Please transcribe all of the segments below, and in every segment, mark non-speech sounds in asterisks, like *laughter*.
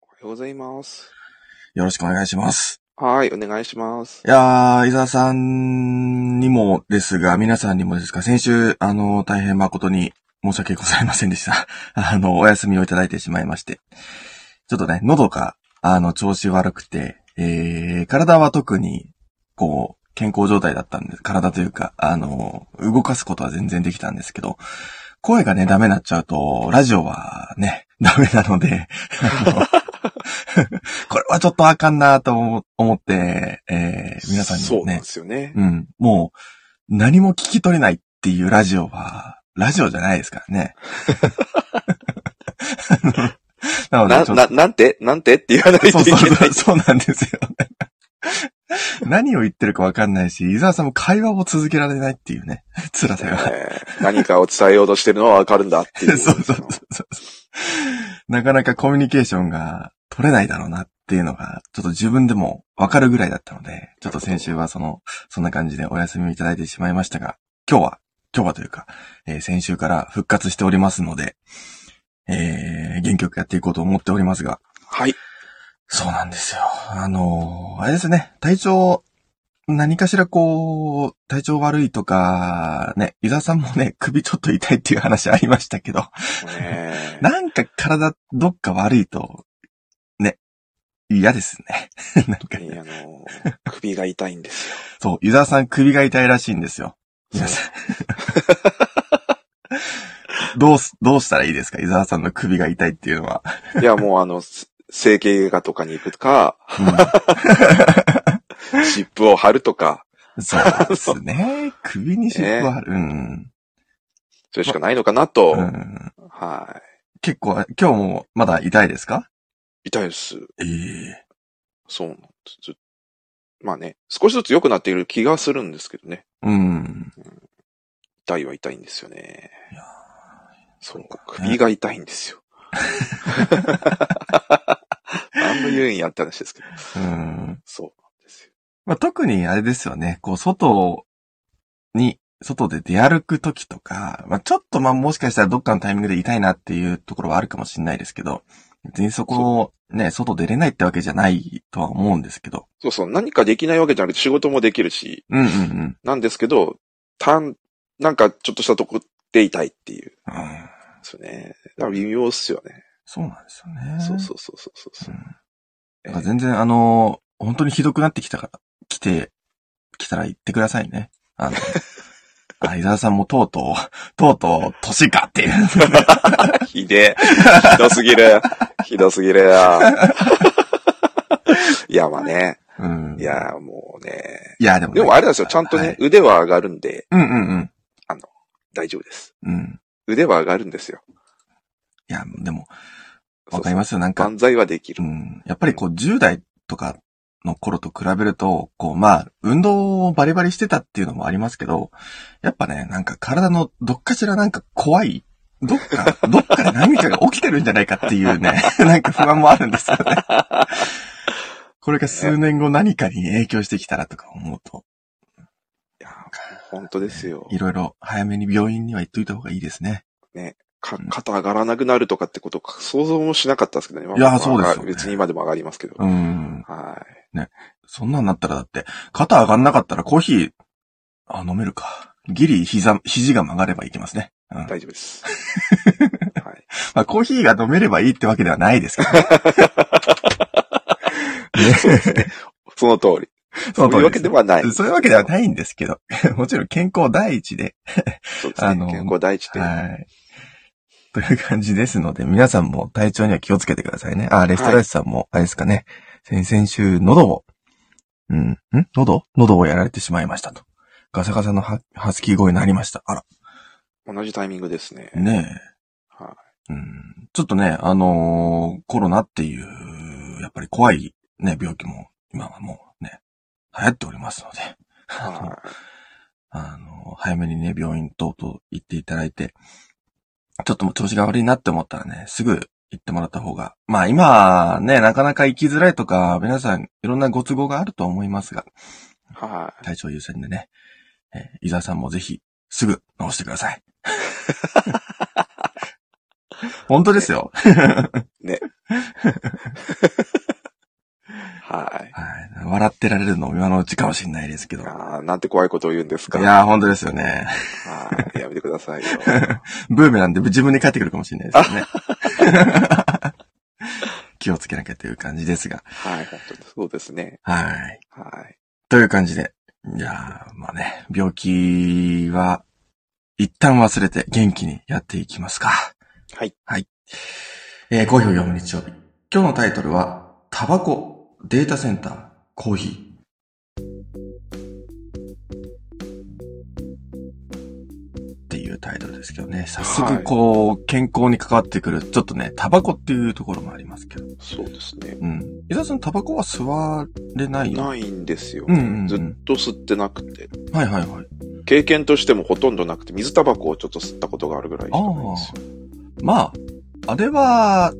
おはようございます。よろしくお願いします。はーい、お願いします。いやー、伊沢さんにもですが、皆さんにもですが、先週、あの、大変誠に申し訳ございませんでした。 *laughs* あの、お休みをいただいてしまいまして。ちょっとね、喉が、あの、調子悪くて、えー、体は特に、こう、健康状態だったんです。体というか、あの、動かすことは全然できたんですけど、声がね、ダメになっちゃうと、ラジオはね、 *laughs* ダメなので、あのこれはちょっとあかんなと思思って、えー、皆さんにそうもなんねで、すよね。うん。もう、何も聞き取れないっていうラジオは、ラジオじゃないですから *laughs* ね。 *laughs* なのでな、ちょっとな、なんてなんてって言わないといけそうない。そ *laughs* うそう、そうなんですよ。何を言ってるかわかんないし、伊沢さんも会話を続けられないっていうね、辛さが。えー何かを伝えようとしてるのはわかるんだってい。そううそうそうそう。なかなかコミュニケーションが取れないだろうなっていうのが、ちょっと自分でもわかるぐらいだったので、ちょっと先週はその、そんな感じでお休みをいただいてしまいましたが、今日は、今日はというか、えー先週から復活しておりますので、えー、元気よくやっていこうと思っておりますが、はい。そうなんですよ。あのーあれですね、体調、何かしらこう、体調悪いとか、ね、伊沢さんもね、 *laughs* 首ちょっと痛いっていう話ありましたけど、ね *laughs* えなんか体、どっか悪いと、ね、嫌ですね。なんか、いやあの、首が痛いんですよ。そう、湯沢さん首が痛いらしいんですよ。皆さん。どうす、どうしたらいいですか湯沢さんの首が痛いっていうのは。いや、もうあの、す整形外科とかに行くか、湿布を貼るとか、うんそうですね。首に尻尾ある。うん。それしかないのかなと。うんは結構、今日もまだ痛いですかい。痛いです。ええそうなんです。ずまあね、少しずつ良くなっている気がするんですけどね。うん。痛いは痛いんですよねいや。そうか、首が痛いん *laughs* ですよ。何の言うんやって話ですけど。うん。そうなんですよ。まあ、特にあれですよね、こう、外に、外で出歩くときとか、まあ、ちょっとまあ、もしかしたらどっかのタイミングで痛いなっていうところはあるかもしれないですけど、別にそこをね、外出れないってわけじゃないとは思うんですけど。そうそう、何かできないわけじゃなくて仕事もできるし、うんうんうん。なんですけど、たん、なんかちょっとしたとこで痛いっていう。うん、そうね。だから微妙っすよね。そうなんですよね。そうそうそうそうそうそうう。んだから全然、あの、本当にひどくなってきたから、来て、来たら言ってくださいね。あ *laughs* の、あ、伊沢さんもとうとう、とうとう、年かっていう。ひでえ。ひどすぎる。ひどすぎる *laughs* よ。いや、まあね。うん。い、や、もうね。いや、でもね、でもあれなんですよ。ちゃんとはねい、腕は上がるんで、うんうんうん。大丈夫です。うん。腕は上がるんですよ。いや、でも、わかりますよ。なんそうそうか、万歳はできうる。ん。やっぱりこう、10代とかの頃と比べると、こう、まあ、運動をバリバリしてたっていうのもありますけど、やっぱね、なんか体のどっかしらなんか怖い、どっか、どっかで何かが起きてるんじゃないかっていうね、 *laughs* なんか不安もあるんですよね。これが数年後何かに影響してきたらとか思うと、いや、本当ですよ。いろいろ早めに病院には行っといた方がいいですね。か肩上がらなくなるとかってことか、想像もしなかったですけどね。まあいやまあそうですよね別に今でも上がりますけど。うん。はそんなんなったらだって、肩上がんなかったらコーヒー、あ、飲めるか。ギリ膝、肘が曲がればいけますね。うん。い。ま大丈夫です。はい。あ、コーヒーが飲めればいいってわけではな *laughs* いですけど、ね。その通り。そそのう通いうりわでけすではない。そういうわけではないんですけど。 *laughs* もちろん健康第一で。そうですねあ。の健康第一で。はい。という感じですので、皆さんも体調には気をつけてくださいね。あ、レストライスさんも、あれですかね。先々週、喉を、うん、ん喉喉をやられてしまいましたと。ガサガサのハハスキー声になりました。あら、同じタイミングですね。ねえ。はうんちょっとね、あのーコロナっていう、やっぱり怖いね、病気も、今はもうね、流行っておりますので、い。あのは *laughs* あのー早めにね、病院等々行っていただいて、ちょっともう調子が悪いなって思ったらね、すぐ行ってもらった方が、まあ今、ね、なかなか行きづらいとか、皆さんいろんなご都合があると思いますが、い。は体調優先でね、え *laughs* ー伊沢さんもぜひ、すぐ治してください。本当ですよ。はい。はい。笑ってられるのも今のうちかもしれないですけど。いあーなんて怖いことを言うんですか。やー、本当ですよね。はい。やめてくださ *laughs* いよ。ブーメランで自分に返ってくるかもしれないですよね。 *laughs* 気をつけなきゃという感じですが。はい、本当にそうですね。はい。はい。という感じで。いやー、まあね、病気は、一旦忘れて元気にやっていきますか。はい。はい。えー、好評読む日曜日。今日のタイトルは、タバコ、データセンター、コーヒー。っていうタイトルですけどね。早速、こう、健康に関わってくる、ちょっとね、タバコっていうところもありますけど。そうですね。うん。伊沢さん、タバコは吸われないよ。ないんですよ。うんうんうんずっと吸ってなくて。はいはいはい。経験としてもほとんどなくて、水タバコをちょっと吸ったことがあるぐらいしかないんですよ。まあ、あれは、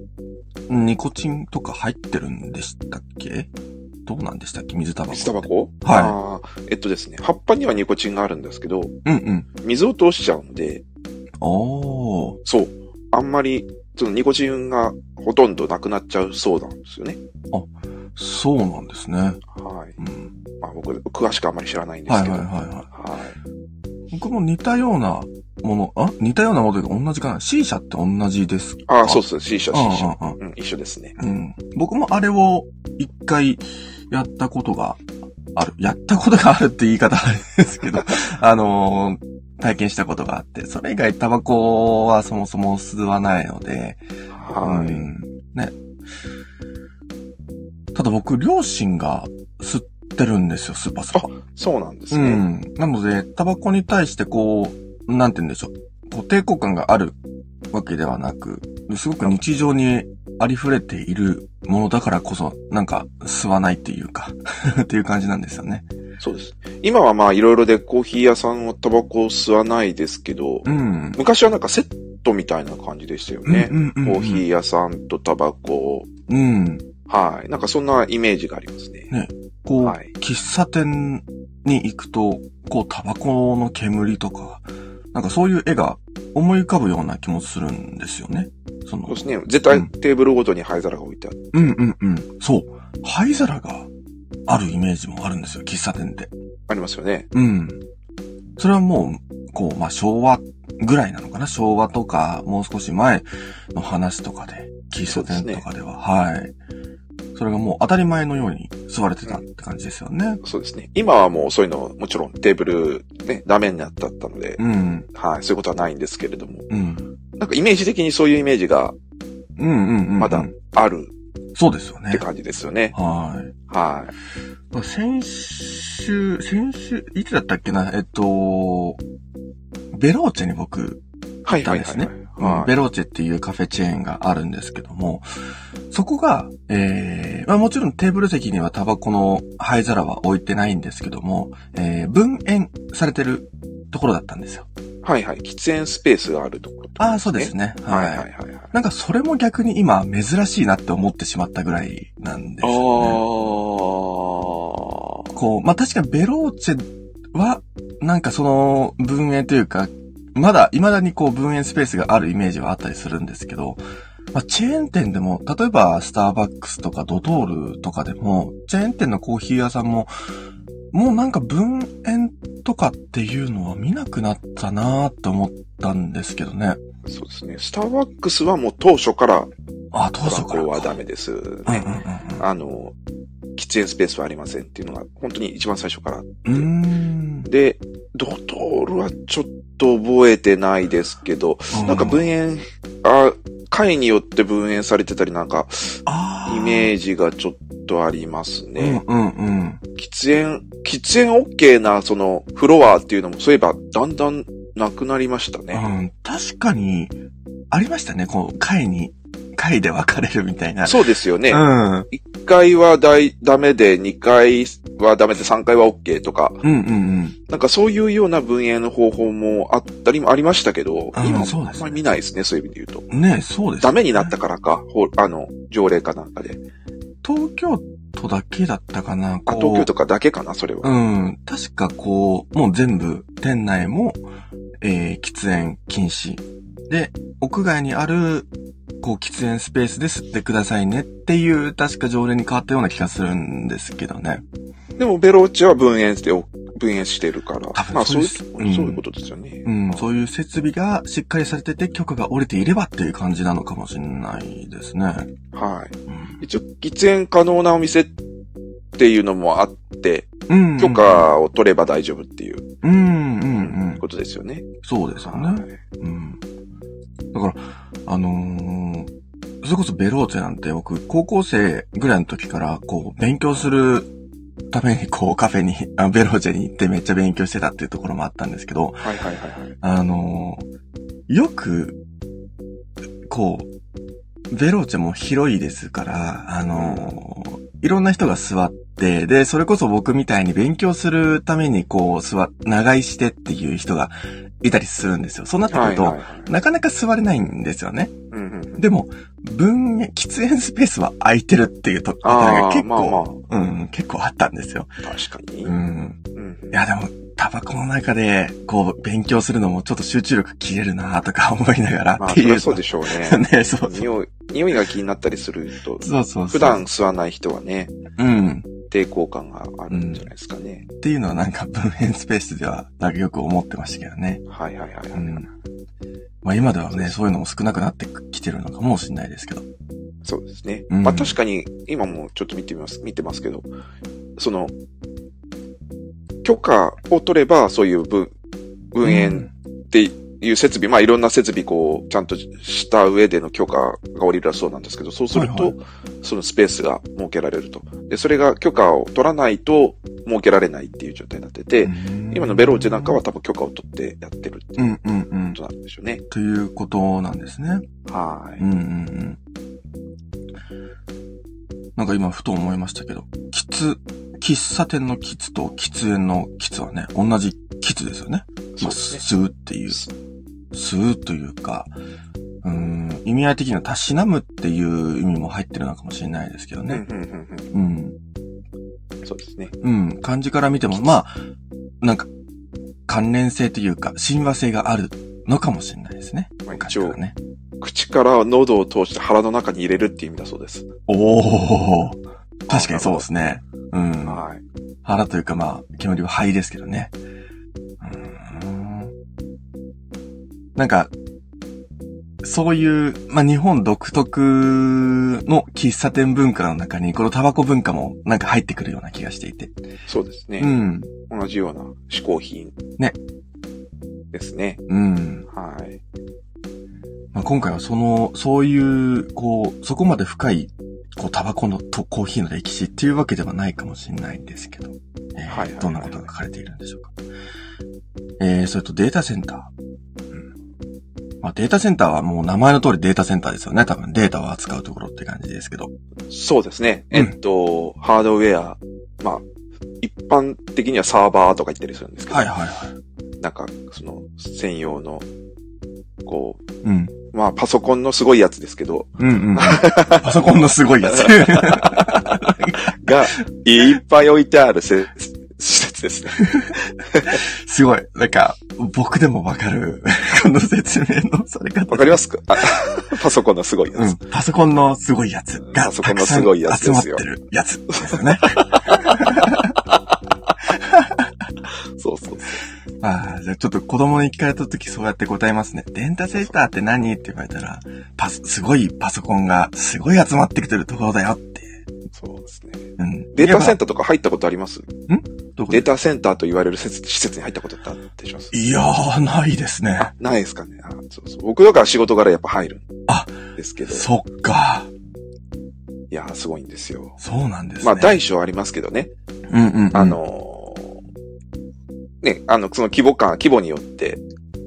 ニコチンとか入ってるんでしたっけどうなんでしたっけ水タバコ。水タバコはいい。えっとですね、葉っぱにはニコチンがあるんですけど、うんうん。水を通しちゃうんで、おー。そう。あんまり、そのニコチンがほとんどなくなっちゃうそうなんですよね。そうなんですね。はい。うん。まあ僕、詳しくあんまり知らないんではいすはけいど。ははいいはい。僕も似たようなもの、あ似たようなものというか同じかな ?C 社って同じですかああ、そうそう、C 社、C 社。うんうんうんうん、一緒ですね。うん。僕もあれを一回やったことがある。やったことがあるって言い方あれですけど、 *laughs* あのー体験したことがあって、それ以外タバコはそもそも吸わないので、はうい。んね。ただ僕、両親が吸ってるんですよ、スーパースーパー。そうなんですうね。ん。なので、タバコに対してこう、なんて言うんでしょう。こう抵抗感があるわけではなく、すごく日常にありふれているものだからこそ、なんか吸わないっていうか、 *laughs* っていう感じなんですよね。そうです。今はまあ、いろいろでコーヒー屋さんはタバコを吸わないですけど、うん。昔はなんかセットみたいな感じでしたよね。うんうんうんうんコーヒー屋さんとタバコ。うん。はい。なんかそんなイメージがありますね。こう、はい喫茶店に行くと、こう、タバコの煙とか、なんかそういう絵が思い浮かぶような気もするんですよね。そのそうで、すね。絶対うんテーブルごとに灰皿が置いてある。うんうんうん。そう。灰皿があるイメージもあるんですよ、喫茶店って。ありますよね。うん。それはもう、こう、まあ、昭和ぐらいなのかな昭和とか、もう少し前の話とかで、喫茶店とかでは、はい。それがもう当たり前のように座れてたって感じですよね。そうですね。今はもうそういうの、もちろんテーブル、ね、ダメになったったので、うん。はい。そういうことはないんですけれども。うん。なんかイメージ的にそういうイメージがうんうんうんうん。まだあるそうですよっねて。感じですよね。はい。はい。先週、先週、いつだったっけなえっと、ベローチェに僕、はいダはメいですはいねはい。ベローチェっていうカフェチェーンがあるんですけども、そこが、えーまあもちろんテーブル席にはタバコの灰皿は置いてないんですけども、えー分煙されてるところだったんですよ。はいはい。喫煙スペースがあるところとか、ああ、そうですね。ははいい。はいはいはい。なんかそれも逆に今珍しいなって思ってしまったぐらいなんですよね。ああ。こう、まあ、確かベローチェは、なんかその、文営というか、まだ、未だにこう、文営スペースがあるイメージはあったりするんですけど、まあ、チェーン店でも、例えば、スターバックスとかドトールとかでも、チェーン店のコーヒー屋さんも、もうなんか文煙とかっていうのは見なくなったなーって思ったんですけどね。そうですね。スターバックスはもう当初からあ、当タバ初からコか。はダメですうんね。あの、喫煙スペースはありませんっていうのが本当に一番最初から。うんうんうん。うーん。で、ドトールはちょっと覚えてないですけど、なんか分煙、あ、会によって分煙されてたりなんか、イメージジがちょっとありますね。うんうんうん。喫煙、喫煙 OK なそのフロアっていうのもそういえばだんだんなくなりましたね。うん、確かに、ありましたね。こう、会に、会で分かれるみたいな。そうですよね。うん。うん1回はだいダメで、2回はダメで、3回は OK とか、うんうん。なんかそういうような分野の方法もあったりもありましたけど、うん今そうであすねんまり見ないですね、そういう意味で言うと。ねそうです、ダメになったからか、ほあの、条例かなんかで。東京都だけだったかな。あ、こう東京とかだけかな、それは。うん。確かこう、もう全部、店内も、えー、喫煙禁止。で、屋外にある、こう、喫煙スペースで吸ってくださいねっていう、確か条例に変わったような気がするんですけどね。でも、ベローチは分煙して、分煙してるから。まあ、そういう、うん、そういうことですよね。うん、そういう設備がしっかりされてて、許可が下りていればっていう感じなのかもしれないですね。はい。うん、一応、喫煙可能なお店っていうのもあって、うん許可を取れば大丈夫っていう。うん、うん、うん。ことですよね。そうですよね。はい、うん。だから、あのー、それこそベローチェなんて僕、高校生ぐらいの時から、こう、勉強するために、こう、カフェに、あベローチェに行ってめっちゃ勉強してたっていうところもあったんですけど、はいはいはいはい。あのー、よく、こう、ベローチェも広いですから、あのー、いろんな人が座って、で、それこそ僕みたいに勉強するために、こう、座、長居してっていう人がいたりするんですよ。そうなってくると、はいはいはい、なかなか座れないんですよね。うんうんうん、でも、分、喫煙スペースは空いてるっていうところが結構、まあまあ、うん、結構あったんですよ。確かに。うん。うん、いや、でも、タバコの中で、こう、勉強するのもちょっと集中力切れるなとか思いながらっていう。まあ、そうでしょうね。 *laughs* ね、そう匂い、匂いが気になったりすると。そうそう普段吸わない人はね。うん。抵抗感があるんじゃないですかね。うん、っていうのはなんか文献スペースでは、なんかよく思ってましたけどね。はいはいはい、はい、うん。まあ今ではね、そういうのも少なくなってきてるのかもしれないですけど。そうですね。うん、まあ確かに、今もちょっと見てみます、見てますけど、その、許可を取れば、そういう分、分煙っていう設備、うん、まあいろんな設備こう、ちゃんとした上での許可が下りるらそうなんですけど、そうすると、はいはい、そのスペースが設けられると。で、それが許可を取らないと設けられないっていう状態になってて、うん、今のベローチェなんかは多分許可を取ってやってるっていうことなんでしょうね。うんうんうん、ということなんですね。。はいうんうんうんなんか今ふと思いましたけど、キツ、喫茶店のキツと喫煙のキツはね、同じキツですよね。まあ、吸うっていう。吸うというか、うん、意味合い的にはたしなむっていう意味も入ってるのかもしれないですけどね。うん,うん,うん、うん。そうですね。うん、漢字から見ても、まあ、なんか、関連性というか、親和性があるのかもしれないですね。まあ、一応、ね、口から喉を通して腹の中に入れるっていう意味だそうです。おお、確かにそうですね。うん。はい。腹というかまあ、煙は肺ですけどね。うん。なんか、そういう、まあ、日本独特の喫茶店文化の中に、このタバコ文化もなんか入ってくるような気がしていて。そうですね。うん。同じような嗜好品。ね。ですね。うん。はい。まあ、今回はその、そういう、こう、そこまで深い、こう、タバコのとコーヒーの歴史っていうわけではないかもしれないんですけど、えー、はい、はい、どんなことが書かれているんでしょうか。えー、それとデータセンター。うん。まあ、データセンターはもう名前の通りデータセンターですよね。多分データを扱うところって感じですけど。そうですね。えっと、うん、ハードウェア、まあ、一般的にはサーバーとか言ったりするんですけど。はいはいはい。なんか、その、専用の、こう、うん、まあ、パソコンのすごいやつですけど。うんうん。 *laughs* パソコンのすごいや *laughs* つ。 *laughs* が、いっぱい置いてある施設ですね。すごい。なんか、僕でもわかる。この説明のされ方。わかりますか *laughs* パソコンのすごいやつ、うん。パソコンのすごいやつが、パソコンのすごいやつ集まってるやつですよね。 *laughs* そうそうそう。ああ、じゃあちょっと子供に聞かれた時そうやって答えますね。データセンターって何って言われたら、パス、すごいパソコンがすごい集まってきてるところだよって。そうですね。うん。データセンターとか入ったことありますんどこデータセンターと言われる施設に入ったことってあってしますいやー、ないですね。あ、ないですかね。あそうそう。僕だから仕事柄やっぱ入るあ、ですけど。そっか。いやー、すごいんですよ。そうなんですね。まあ、大小ありますけどね。うんうん、うん、あのーね、あの、その規模感、規模によって、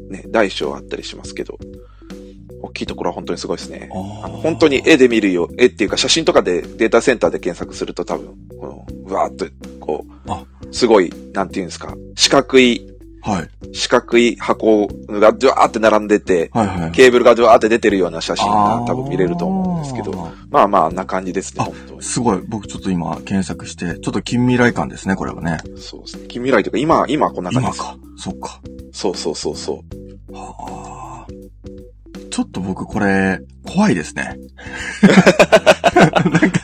ね、大小あったりしますけど、大きいところは本当にすごいですね。あの本当に絵で見るよ、絵っていうか写真とかでデータセンターで検索すると多分、この、うわーっと、こう、すごい、なんていうんですか、四角い、はい。四角い箱がドワーって並んでて、はいはい、ケーブルがドワーって出てるような写真が多分見れると思うんですけど、あまあまあ、な感じですね、本当に。すごい。僕ちょっと今検索して、ちょっと近未来感ですね、これはね。そうですね。近未来というか、今、今こんな感じです。今か。そっか。。そうそうそうそうはあ。ちょっと僕これ、怖いですね。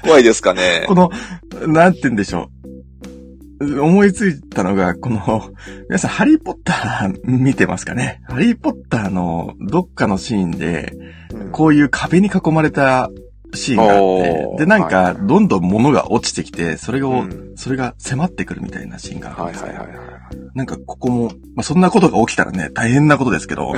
怖いですかねこ。の、なんて言うんでしょう。思いついたのが、この、皆さん、ハリーポッター見てますかねハリーポッターのどっかのシーンで、うんこういう壁に囲まれたシーンがあっおーて、で、なんはか、いはいどんどん物が落ちてきて、それうを、んそれが迫ってくるみたいなシーンがあるんはいですはけいどはいはい。なんか、ここも、まあ、そんなことが起きたらね、大変なことです *laughs* けど。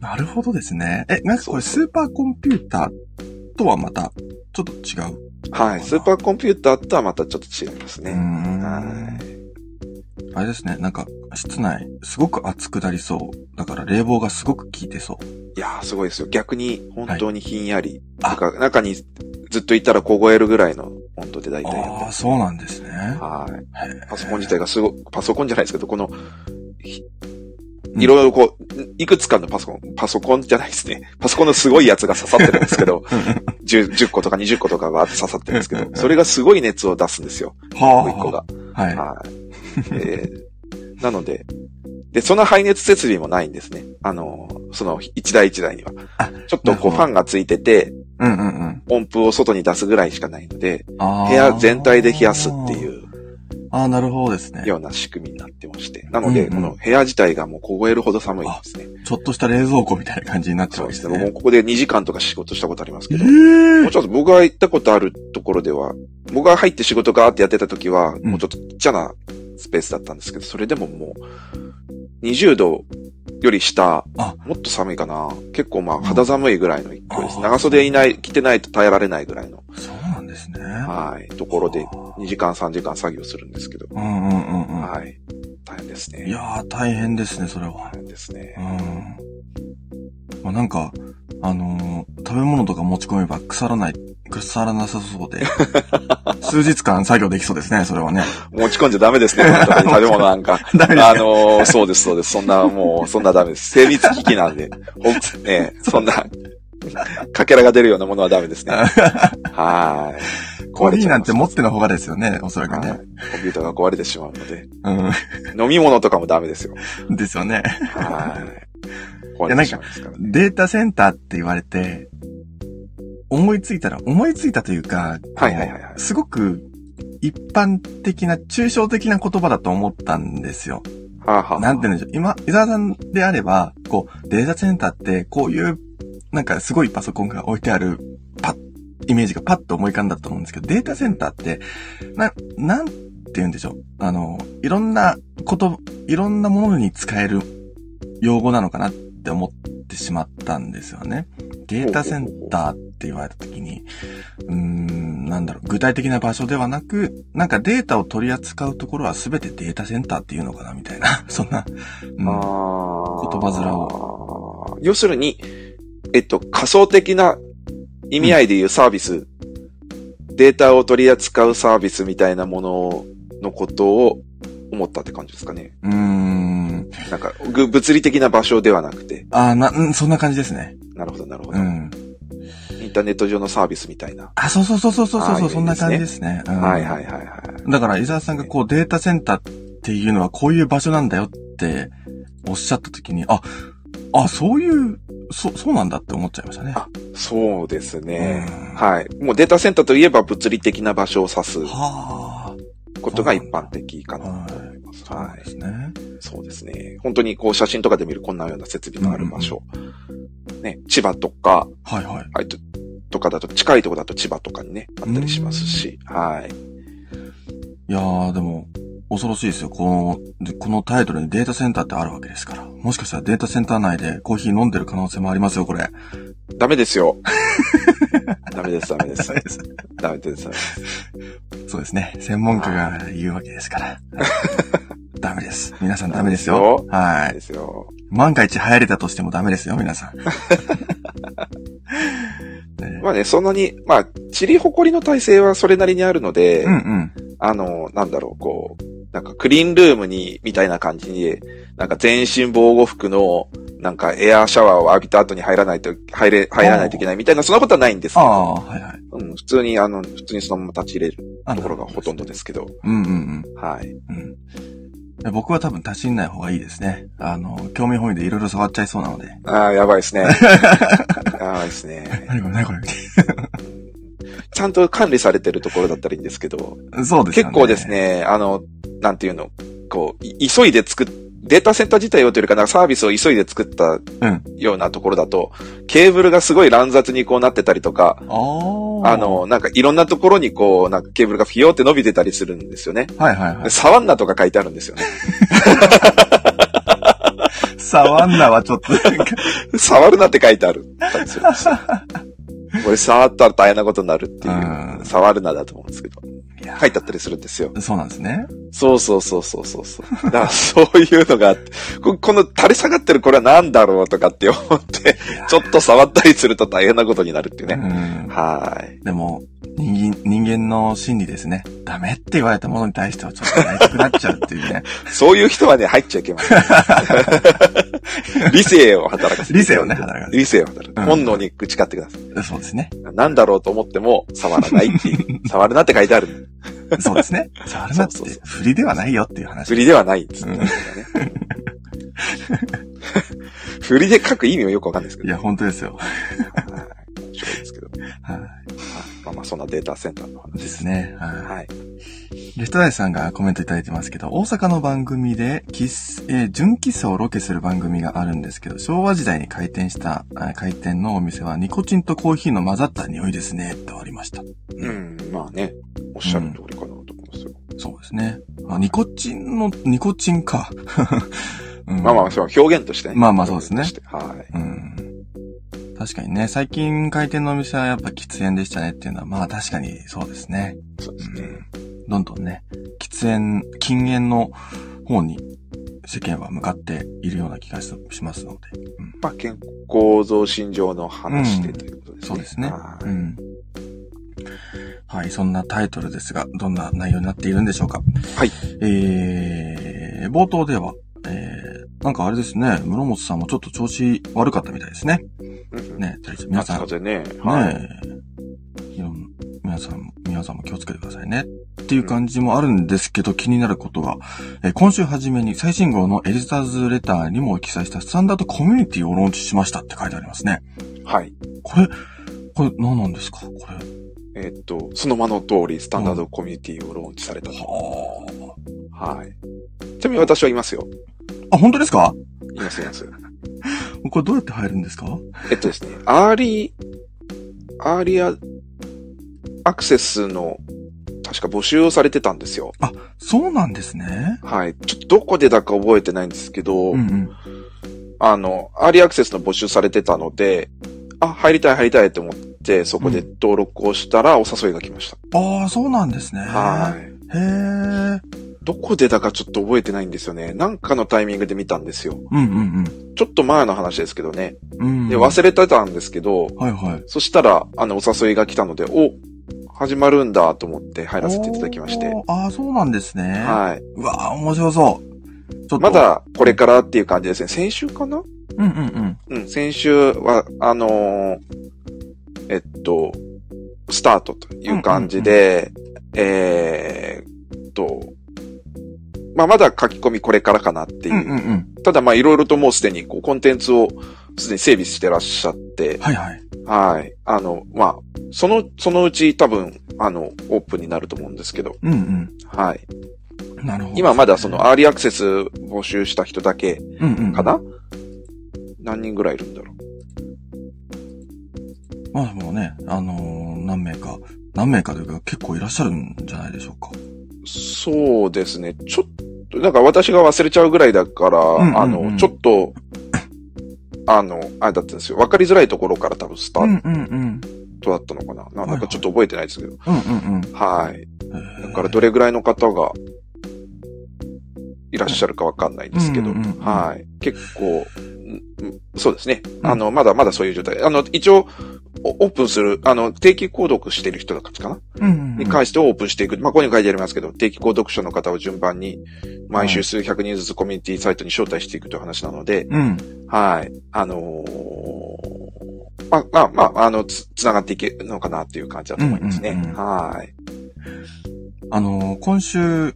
なるほどですね。え、なんかこれ、スーパーコンピューターとはまた、ちょっと違う。はい。スーパーコンピューターとはまたちょっと違いますうーね。ん。はあれですね、なんか、室内、すごく暑くなりそう。だから、冷房がすごく効いてそう。いやー、すごいですよ。逆に、本当にひんやり。はないんか中にずっといたら凍えるぐらいの温度で大体やってあまあ、す。そうなんですね。はい。へーパソコン自体がすご、パソコンじゃないですけど、この、ひうんいろいろこう、いくつかのパソコン、パソコンじゃないですね。パソコンのすごいやつが刺さってるんですけど、10, *laughs* 10個とか20個とかがあって刺さってるんですけど、それがすごい熱を出すんですよ。はもう1個が。あ。はい。はい。えーなので、で、その排熱設備もないんですね。あの、その一台一台にはあ。ちょっとこうなるほどファンがついてて、うんうんうん。音符を外に出すぐらいしかないので、あー部屋全体で冷やすってい。うああ、なるほどですね。ような仕組みになってまして。なので、うんうんこの部屋自体がもう凍えるほど寒いんですね。ちょっとした冷蔵庫みたいな感じになっちゃそううんでですすね。僕ね。もここで2時間とか仕事したことありますえけど、もーうちょっと僕が行ったことあるところでは、僕が入って仕事ガーってやってた時は、んもうちょっとちっちゃなスペースだったんですけど、それでももう、20度より下あ、もっと寒いかな。結構まあ肌寒いぐらいの一個です。あー長袖いない、着てないと耐えられないぐらいの、そうなんですね。はい、ところであー2時間3時間作業するんですけど、うんうんうんうん。はい。大変ですね。いやー、大変ですね、それは大。変ですねう。ん。まあ、なんか、あのー食べ物とか持ち込めば腐らない、腐らなさそう *laughs* で、数日間作業できそうですね、それはね。持ち込んじゃダメですね、本当に食べ物なんか。 *laughs* ダ *laughs* メですあかのーそうです、そうです。そんな、もう、そんなダメです。精密機器 *laughs* なんで、ほんね、そんな、かけらが出るようなものはダメです *laughs* ね。はーい。コーヒーなんますて持ってのほうがですよね、おそらくはいね。コンピューターが壊れてしまうので。う飲み物とかもダメですよ。ん。ですよね。はい。壊れやなてんかしまいますからね。データセンターって言われて、思いついたら、思いついたというか、はいはいはいはいこうすごく一般的な、抽象的な言葉だと思ったんですよ。はあはあなんて言うんでしょう。今、伊沢さんであれば、こう、データセンターって、こういう、なんかすごいパソコンが置いてある、パッ、イメージがパッと思い浮かんだと思うんですけど、データセンターって、な、なんて言うんでしょう。あの、いろんなこと、いろんなものに使える用語なのかなって思ってしまったんですよね。データセンターって言われた時に、うーん、なんだろう、具体的な場所ではなく、なんかデータを取り扱うところは全てデータセンターっていうのかなみたいな、 *laughs* そんな、うん、あはー言葉面要するに、えっと、仮想的な意味合いでいうサービス、データを取り扱うサービスみたいなもののことを思ったって感じですかね。うーん。なんか、ぐ物理的な場所ではなくて。あーな、うん、そんな感じですね。なるほど、なるほど、うん。インターネット上のサービスみたいな。あ、そうそうそうそうそうそうあーいいですねそんな感じですね。うん、はいはいはいはい。だから、伊沢さんがこうデータセンターっていうのはこういう場所なんだよっておっしゃった時に、あ、あ、そういう、そ、そうなんだって思っちゃいましたね。あそうですね。うんはい。もうデータセンターといえば物理的な場所を指すはことが一般的かあ。なとは思います。い。はい。そうですね。そうですね。本当にこう写真とかで見るこんなような設備のある場所。ね、千葉とか、はいはい。あと、とかだと、近いとこだと千葉とかにね、あったりしますし、はい。いやー、でも、恐ろしいですよ。この、でこのタイトルにデータセンターってあるわけですから。もしかしたらデータセンター内でコーヒー飲んでる可能性もありますよ、これ。ダメですよ。 *laughs* ダメです、ダメです。す。ダメです、ダメです。そうですね。専門家が言うわけですから。ダメです。皆さんダメですダメよ。ですはダメいで。すよ。万が一入れたとしてもダメですよ、*laughs* 皆さん。ねまあね、そんなに、まあ、塵り誇りの体制はそれなりにあるので、うんうん。あの、なんだろう、こう、なんかクリーンルームに、みたいな感じに、なんか全身防護服の、なんかエアーシャワーを浴びた後に入らないと、入れ、入らないといけないみたいな、そんなことはないんですけあど、あ、はいはい。うん、普通に、あの、普通にそのまま立ち入れるあところがほとんどですけど、うんうんはい。うん。うん。僕は多分足しんない方がいいですね。あの、興味本位でいろいろ触っちゃいそうなので。ああ、やばいですね。やばいですね。何これ何これみたいちゃんと管理されてるところだったらいいんですけど、なそうですよ結ね。構です。ね、あの、なんていうの、こう、い急いで作っ、データセンター自体をというよりかなんかサービスを急いで作ったうんようなところだと、ケーブルがすごい乱雑にこうなってたりとか、あーあ、の、なんかいろんなところにこう、なんかケーブルがフィヨーって伸びてたりするんですよね。はいはいはでサワンナとか書いてあるんですよね。 *laughs* い。触んなはちょっとなんか、 *laughs* 触るなって書いてある。するんですよこれ触ったら大変なことになるっていうう、ん触るなだと思うんですけど、いや書いてあったりするんですよ。そうなんですね。そうそうそうそうそうそう。だからそういうのがあって、ここの垂れ下がってるこれは何だろうとかって思って、ちょっと触ったりすると大変なことになるっていうね。うん。はーい。でも、人間、人間の心理ですね。ダメって言われたものに対してはちょっとやりたくなっちゃうっていうね。 *laughs* そういう人はね、入っちゃいけません。理性を働かせて。理性をね、。働か理性を働うく。ん本能に打ち勝ってください。せる。そうですね。何だろうと思っても触らないっていう。触るなって書いてある。そうですね。触るなっそうそうて、振りではないよっていう話。振りではないっつって、ね。 *laughs* 振りで書く意味はよくわかんないですけいど。や、本当ですよ。はい面白いですけど。はまあまあ、そんなデータセンターのい。話でですす。ね。ははい。い。レフトダイスさんがコメントいただいてますけど、大阪の番組で、喫えー純喫茶をロケする番組があるんですけど、昭和時代に開店した、あ開店のお店は、ニコチンとコーヒーの混ざった匂いですね、とありました。うん、まあね、おっしゃる通りかなと思いますよ。そうですね。あ、ニコチンの、ニコチンか。 *laughs* うんまあまあ、それは表現としてね。まあまあそうですね表現としてはい。うん。確かにね、最近開店のお店はやっぱ喫煙でしたねっていうのは、まあ確かにそうですね。そうですね。うん。どんどんね、喫煙、禁煙の方に世間は向かっているような気がししますので。まあ、健康増進上の話でということですね。そうですね。はいうん。はい、そんなタイトルですが、どんな内容になっているんでしょうか。はい。えー、冒頭では、えー、なんかあれですね、室本さんもちょっと調子悪かったみたいですね。うんね、大丈夫皆夏さん、ね風邪ね。はい。え、いろん皆さん、皆さんも気をつけてくださいね。っていう感じもあるんですけど、気になることが、えー今週初めに最新号のエディターズレターにも記載したスタンダードコミュニティをローンチしましたって書いてありますね。はい。これ、これ何なんですかこれ。えーっと、その名の通り、スタンダードコミュニティをローンチされたと。ははい。ちなみに私はいますよ。あ。あ、本当ですかいます、い *laughs* ます。これどうやって入るんですかえっとですね、アーリー、アーリーアクセスの、確か募集をされてたんですよ。そうなんですね。はい。ちょっとどこでだか覚えてないんですけど、うんうん。あの、アーリーアクセスの募集されてたので、あ、入りたい入りたいと思って、そこで登録をしたらお誘いが来ました。ああ、そうなんですね。はい。い。へえ。どこでだかちょっと覚えてないんですよね。なんかのタイミングで見たんですよ。うんうんちょっと前の話ですけどね。うん。うん。で、忘れてたんですけど、はいはい。そしたら、あの、お誘いが来たので、お、始まるんだと思って入らせていただきまして。おー。ああ、そうなんですね。はうわあ、面白そう。ちょっと。い。ま、だこれからっていう感じですね。先週かなうんうんううん。ん、先週は、あのーえっと、スタートという感じで、えーっと、まあ、まだ書き込みこれからかなってうんいう。うんうん。ただ、まあ、いろいろともうすでに、こう、コンテンツをすでに整備してらっしゃって、はいはい。はい。あの、まあ、その、そのうち多分、あの、オープンになると思うんですけど、うんはい。うん。なるほど。今まだその、アーリーアクセス募集した人だけうんうん。かな、何人ぐらいいるんだろうまあでもね、あのー何名か、何名かというか結構いらっしゃるんじゃないでしょうか。そうですね。ちょっと、なんか私が忘れちゃうぐらいだから、んうんうんあの、ちょっと、あの、あれだったんですよ。わかりづらいところから多分スタうーんうんうん。トだったのかな。ななんはいはかいちょっと覚えてないですけど。うんうんうん。はい。だだからどれぐらいの方がいらっしゃるかわかんないですけど、うんうんうんはい。結構、んんそうですね。うんあの、まだまだそういう状態。あの、一応、おオープンする、あの、定期購読してる人たちかなうんに関してオープンしていく。まあ、ここに書いてありますけど、定期購読者の方を順番に、毎週数百人ずつコミュニティサイトに招待していくという話なので、うん。はい。あのーまあ、まあ、まあ、あの、つ、つながっていけるのかなっていう感じだと思いますね。うんうんうんはい。あのー今週、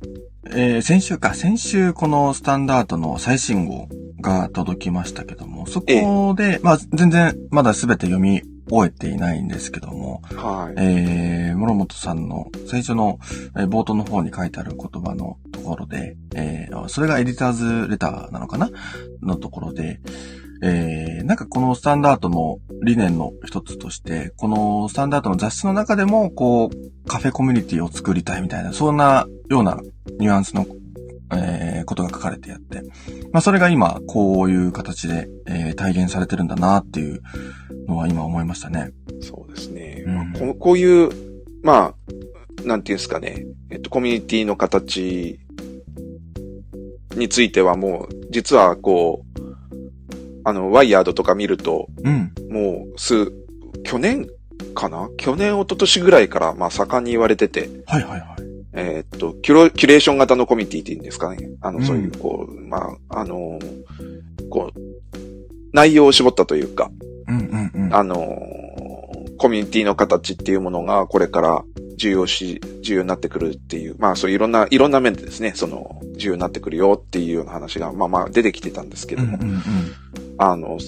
えー先週か、先週このスタンダードの最新号が届きましたけども、そこで、まあ全然まだ全て読み終えていないんですけども、はい。えー、諸本さんの最初の、えー冒頭の方に書いてある言葉のところで、えー、それがエディターズレターなのかなのところで、えー、なんかこのスタンダードの理念の一つとして、このスタンダードの雑誌の中でも、こう、カフェコミュニティを作りたいみたいな、そんなようなニュアンスの、えー、ことが書かれてあって、まあそれが今、こういう形で、えー、体現されてるんだなっていうのは今思いましたね。そうですね。うんまあこうこういう、まあ、なんていうんですかね、えっと、コミュニティの形についてはもう、実はこう、あの、ワイヤードとか見ると、うん。もう、数、去年かな去年、一昨年ぐらいから、まあ、盛んに言われてて、はいはいはい。えーっと、キュロ、キュレーション型のコミュニティっていうんですかね。あの、うんそういう、こう、まあ、あのーこう、内容を絞ったというか、うんうんうん。あのーコミュニティの形っていうものが、これから重要し、重要になってくるっていう、まあ、そういろんな、いろんな面でですね、その、重要になってくるよっていうような話が、まあまあ、出てきてたんですけうどんも、うんうん。あの、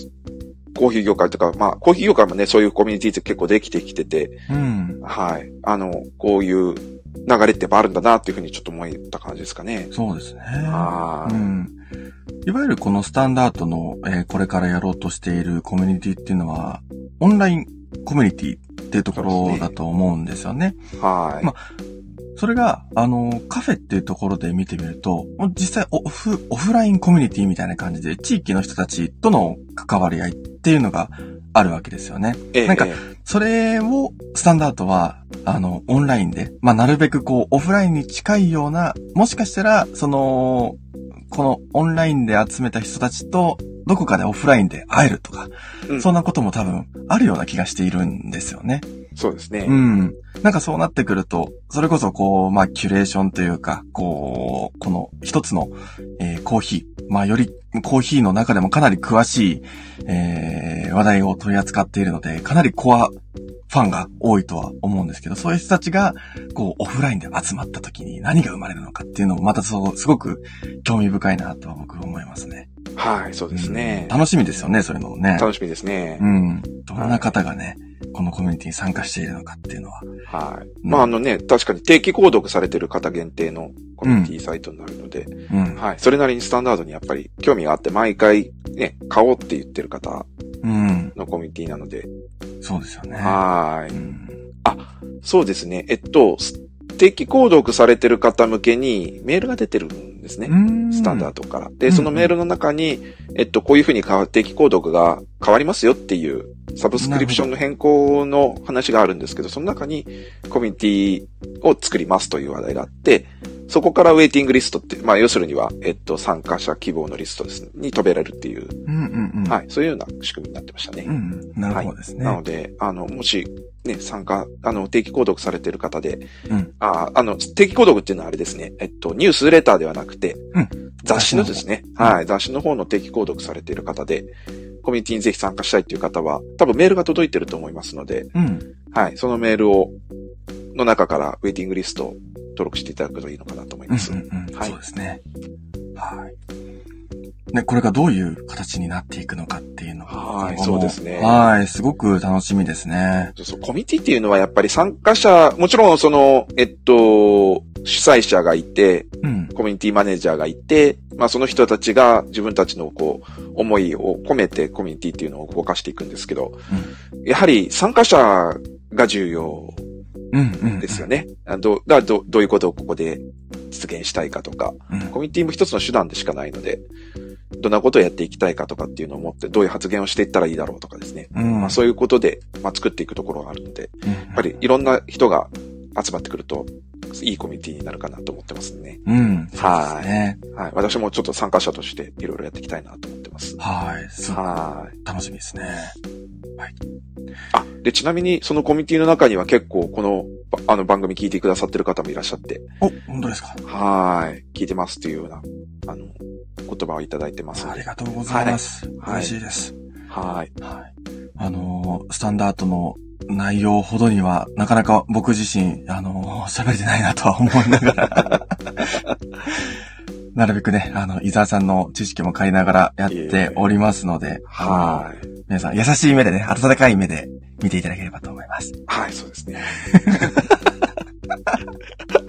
コーヒー業界とか、まあ、コーヒー業界もね、そういうコミュニティって結構できてきてて、うん。はい。あの、こういう流れってやっぱあるんだなっていうふうにちょっと思った感じですかね。そうですね。はうい。ん。いわゆるこのスタンダードの、えーこれからやろうとしているコミュニティっていうのは、オンラインコミュニティっていうとこそうでろすねだと思うんですよね。はい。まそれが、あの、カフェっていうところで見てみると、もう実際オフ、オフラインコミュニティみたいな感じで、地域の人たちとの関わり合いっていうのがあるわけですよね。ええなんかええそれを、スタンダードは、あの、オンラインで、まあ、なるべくこう、オフラインに近いような、もしかしたら、その、このオンラインで集めた人たちと、どこかでオフラインで会えるとか、うんそんなことも多分、あるような気がしているんですよね。そうですね。うん。なんかそうなってくると、それこそこう、まあ、キュレーションというか、こう、この一つの、えーコーヒー、まあ、よりコーヒーの中でもかなり詳しい、えー話題を取り扱っているので、かなりコアファンが多いとは思うんですけど、そういう人たちが、こう、オフラインで集まった時に何が生まれるのかっていうのも、またそう、すごく興味深いなとは僕は思いますね。はい、そうですね。うん楽しみですよね、そういうのもね。楽しみですねう。ん。どんな方がね、このコミュニティに参加しているのかっていうのは。はい。うんまあ、あのね、確かに定期購読されてる方限定のコミュニティサイトになるので、うん。はい。それなりにスタンダードにやっぱり興味があって、毎回ね、買おうって言ってる方うん。のコミュニティなので、そうですよね。はうい。ん。そうですね。えっと、す定期購読されてる方向けにメールが出てるんですね。スタンダード。ドから。うで、んそのメールの中に、えっと、こういうふうに変わ定期購読が変わりますよっていう、サブスクリプションの変更の話があるんですけど、その中にコミュニティを作りますという話題があって、そこからウェイティングリストって、まあ、要するには、えっと、参加者希望のリストです、ね、に飛べられるっていう、うんうんうん。。はいい、そういうような仕組みになってましたね。うん。なるほどですね。なので、あの、もし、ね、参加、あの、定期購読されてる方で、うんあ、あの、定期購読っていうのはあれですね、えっと、ニュースレターではなくて、うん雑誌のですね、方うんはい、雑誌の方の定期購読されている方で、コミュニティにぜひ参加したいという方は、多分メールが届いてると思いますので、うん。はい、そのメールを、の中からウェイティングリストを登録していただくといいのかなと思いうんうます。んうん。はいそうですね。はい。ね、これがどういう形になっていくのかっていうのが。はい今後もそうですねはい。すごく楽しみですね。そうそう、コミュニティっていうのはやっぱり参加者、もちろんその、えっと、主催者がいて、うん。コミュニティマネージャーがいて、まあその人たちが自分たちのこう、思いを込めてコミュニティっていうのを動かしていくんですけど、やはり参加者が重要うんうん。ですよね。あどだどどういうことをここで実現したいかとか、うん。コミュニティも一つの手段でしかないので、どんなことをやっていきたいかとかっていうのを持って、どういう発言をしていったらいいだろうとかですね。うん。まあそういうことで、まあ作っていくところがあるので、うん。ややっぱりいろんな人が集まってくると、いいコミュニティになるかなと思ってますね。うん。そうですね。はい。私もちょっと参加者としていろいろやっていきたいなと思ってます。はい。すごくはい。楽しみですね。あ、で、ちなみにそのコミュニティの中には結構この、ばあの番組聞いてくださってる方もいらっしゃって、お、本当ですか。はい。聞いてますっていうような、あの、言葉をいただいてますのありで。がとうございます。はい嬉しいです。はい。はい。あのースタンダードの内容ほどには、なかなか僕自身、あの、喋れてないなとは思いながら、 *laughs* なるべくね、あの、伊沢さんの知識も借りながらやっておりますので、あのはい。皆さん優しい目でね、温かい目で見ていただければと思います。はい、そうですね。 *laughs*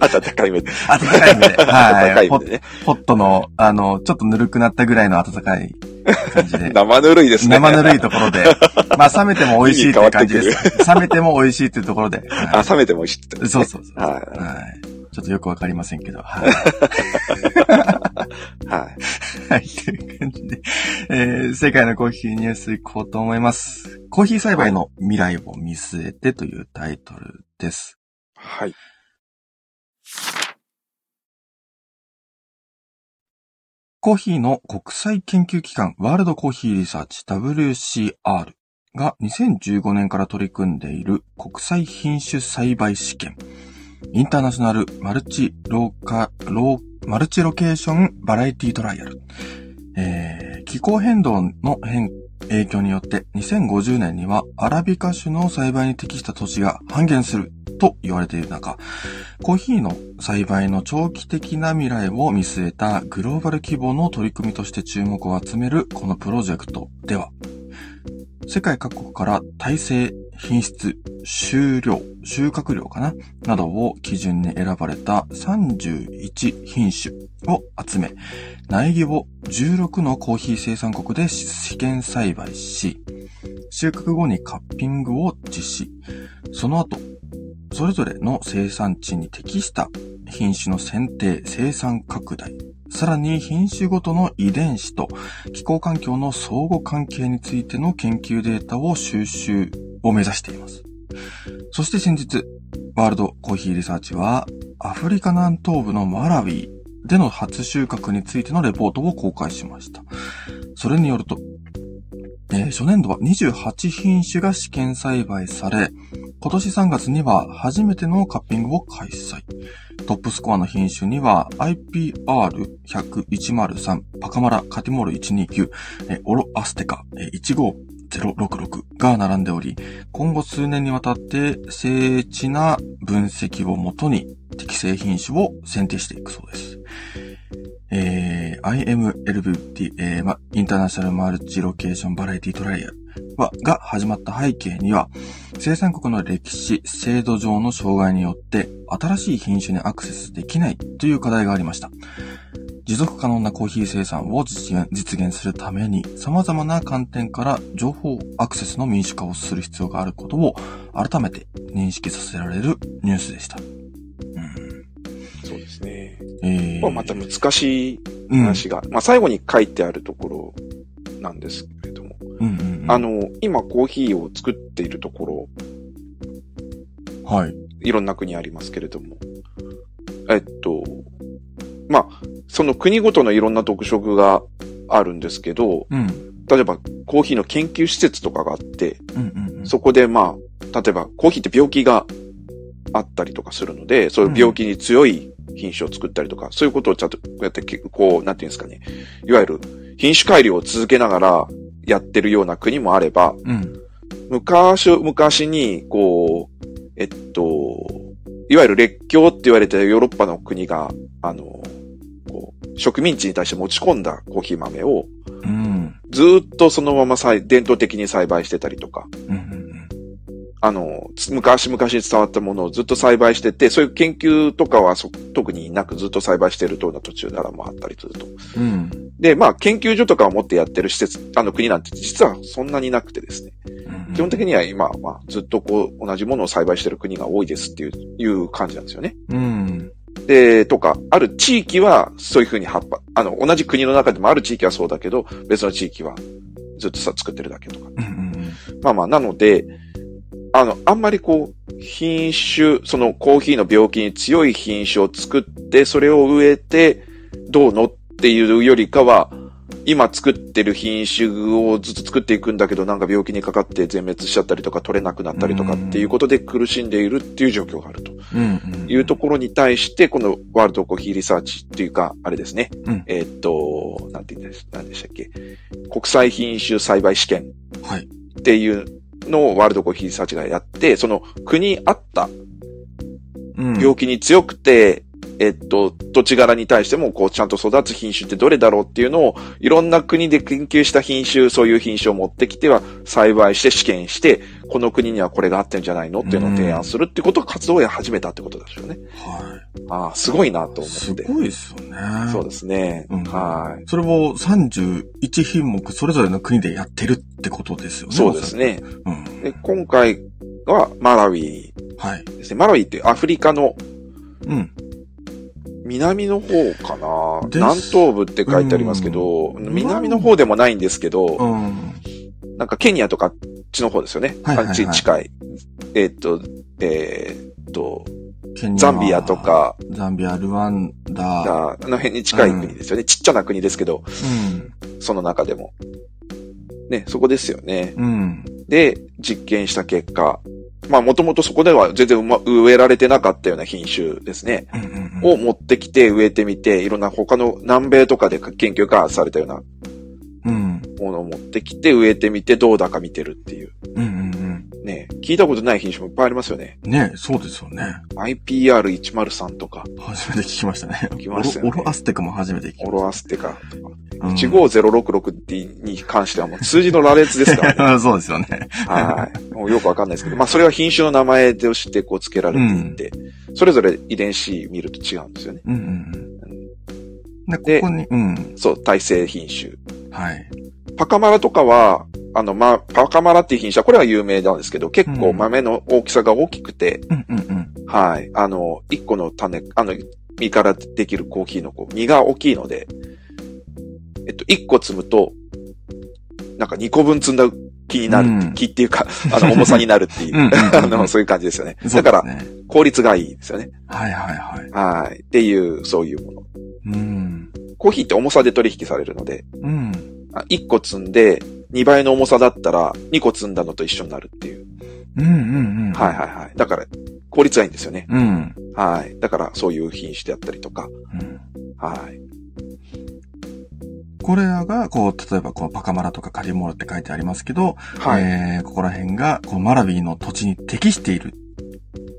温かい目で。温かい目 *laughs* で。温かはい目い。ポでね。ポットの、あの、ちょっとぬるくなったぐらいの温かい感じで。 *laughs* 生ぬるいですね。生ぬるいところで。まあ、冷めても美味しいっていう *laughs* 感じです。冷めても美味しいっていうところで。あ、は冷めても美味しいってい、そうそうそう。ははい。ちょっとよくわかりませんけど。はい。 *laughs* い。はい。はい、という感じで、えー、世界のコーヒーニュース行こうと思います。コーヒー栽培の未来を見据えてというタイトルです。はい。コーヒーの国際研究機関ワールドコーヒーリサーチ WCR が2015年から取り組んでいる国際品種栽培試験インターナショナルマルチローカローマルチロケーションバラエティトライアル、えー気候変動の変影響によって2050年にはアラビカ種の栽培に適した土地が半減すると言われている中、コーヒーの栽培の長期的な未来を見据えたグローバル規模の取り組みとして注目を集めるこのプロジェクトでは、世界各国から耐性、品質、収量、収穫量かななどを基準に選ばれた31品種を集め、苗木を16のコーヒー生産国で試験栽培し、収穫後にカッピングを実施。その後、それぞれの生産地に適した品種の選定、生産拡大、さらに品種ごとの遺伝子と気候環境の相互関係についての研究データを収集を目指しています。そして先日、ワールドコーヒーリサーチはアフリカ南東部のマラウィでの初収穫についてのレポートを公開しました。それによると、えー初年度は28品種が試験栽培され、今年3月には初めてのカッピングを開催。トップスコアの品種には IPR100103、パカマラ、カティモール129、えーオロアステカえー15066が並んでおり、今後数年にわたって精緻な分析をもとに適正品種を選定していくそうです。えー IMLBT、えーまインターナショナルマルチロケーションバラエティトライアルは、が始まった背景には、生産国の歴史、制度上の障害によって、新しい品種にアクセスできないという課題がありました。持続可能なコーヒー生産を実現実現するために、様々な観点から情報アクセスの民主化をする必要があることを改めて認識させられるニュースでした。うんそうですね。えーまあ、また難しいうん話が、まあ、最後に書いてあるところなんですけれども、うんうんうんあの、今コーヒーを作っているところ、はい。いろんな国ありますけれども、えっと、まあ、その国ごとのいろんな特色があるんですけど、うん。例えばコーヒーの研究施設とかがあって、うんうんうん。そこでまあ、例えばコーヒーって病気があったりとかするので、そういう病気に強い品種を作ったりとか、そういうことをちゃんとこうやって、こう、なんていうんですかね、いわゆる品種改良を続けながらやってるような国もあれば、うん。昔、昔に、こう、えっと、いわゆる列強って言われたヨーロッパの国が、あの、こう植民地に対して持ち込んだコーヒー豆を、うん。ずーっとそのまま栽伝統的に栽培してたりとか、うんうんあの、つ昔々に伝わったものをずっと栽培してて、そういう研究とかはそ特になくずっと栽培してるような途中ならもあったりすると。うん。うん。で、まあ、研究所とかを持ってやってる施設、あの国なんて実はそんなになくてですね。うん基本的には今、まあ、ずっとこう、同じものを栽培してる国が多いですっていう、いう感じなんですよね。うん。で、とか、ある地域はそういうふうに葉っぱ、あの、同じ国の中でもある地域はそうだけど、別の地域はずっとさ、作ってるだけとか。うんうんまあまあ、なので、あの、あんまりこう、品種、そのコーヒーの病気に強い品種を作って、それを植えて、どうのっていうよりかは、今作ってる品種をずっと作っていくんだけど、なんか病気にかかって全滅しちゃったりとか、取れなくなったりとかっていうことで苦しんでいるっていう状況があるとうんうん。いうところに対して、このワールドコーヒーリサーチっていうか、あれですね。うんえーっと、なんて言うんです、なんでしたっけ。国際品種栽培試験はい。っていうのワールドコーヒーリサーチがやって、その国に合ったうん。病気に強くて、えっと、土地柄に対しても、こう、ちゃんと育つ品種ってどれだろうっていうのを、いろんな国で研究した品種、そういう品種を持ってきては、栽培して試験して、この国にはこれが合ってんじゃないのっていうのを提案するってことを活動を始めたってことですよね。はああ、すごいなとい。思すって。ごいですよね。そうですね。うんはい。それを31品目それぞれの国でやってるってことですよね。そうですね。おそらく。うん。で今回はマラウイはい。ですね。マラウイってアフリカのうん。南の方かなです南東部って書いてありますけど、うん南の方でもないんですけど、うん。なんかケニアとかあっちの方ですよね。はいはいはいあっちに近い。えーっと、えーっと、ケニアザンビアと。か、ザンビア、ルワンダ。ああの辺に近い国ですよね。ちっちゃな国ですけど、その中でも。ね、そこですよね。うん。うん。で、実験した結果、まあもともとそこでは全然うま植えられてなかったような品種ですね。うんうんうんを持ってきて植えてみて、いろんな他の南米とかで研究がされたようなうん。ものを持ってきて植えてみてどうだか見てるっていう。うんうんね、聞いたことない品種もいっぱいありますよね。うん。ねそうですよね。 IPR103 とか、初めて聞きましたね。きましたよねオロオロアステクも初めて聞きオロアステカとか、うん15066に関してはもう数字の羅列ですからね。 *laughs* そうですよね。はい。もうよくわかんないですけど、まあそれは品種の名前としてこう付けられていて、それぞれ遺伝子見ると違うんですよね。うんうんうん。で、でここに、うん。そう、耐性品種。はい。パカマラとかは、あの、まあ、パカマラっていう品種はこれは有名なんですけど、結う構ん豆の大きさが大きくて、うんうんうん。はい。あの、一個の種、あの、実からできるコーヒーのこう、実が大きいので、えっと、一個摘むと、なんか二個分摘んだ気になるって、うん気っていうか、あの、重さになるっていう *laughs* うんうんう、 *laughs* あうんうんの、そういう感じですよね。そだうでかすら、ね。効率がいいですよね。はいはいはい。はい。っていう、そういうもの。うん。コーヒーって重さで取引されるので、うん。あ一個摘んで、二倍の重さだったら、二個摘んだのと一緒になるっていう。うんうんうん。はいはいはい。だから、効率がいいんですよね。い。うん。はい。だから、そういう品種であったりとか、うんはい。これらが、こう、例えば、こう、パカマラとかカリモールって書いてありますけど、はい。えー、ここら辺が、こう、マラビーの土地に適している。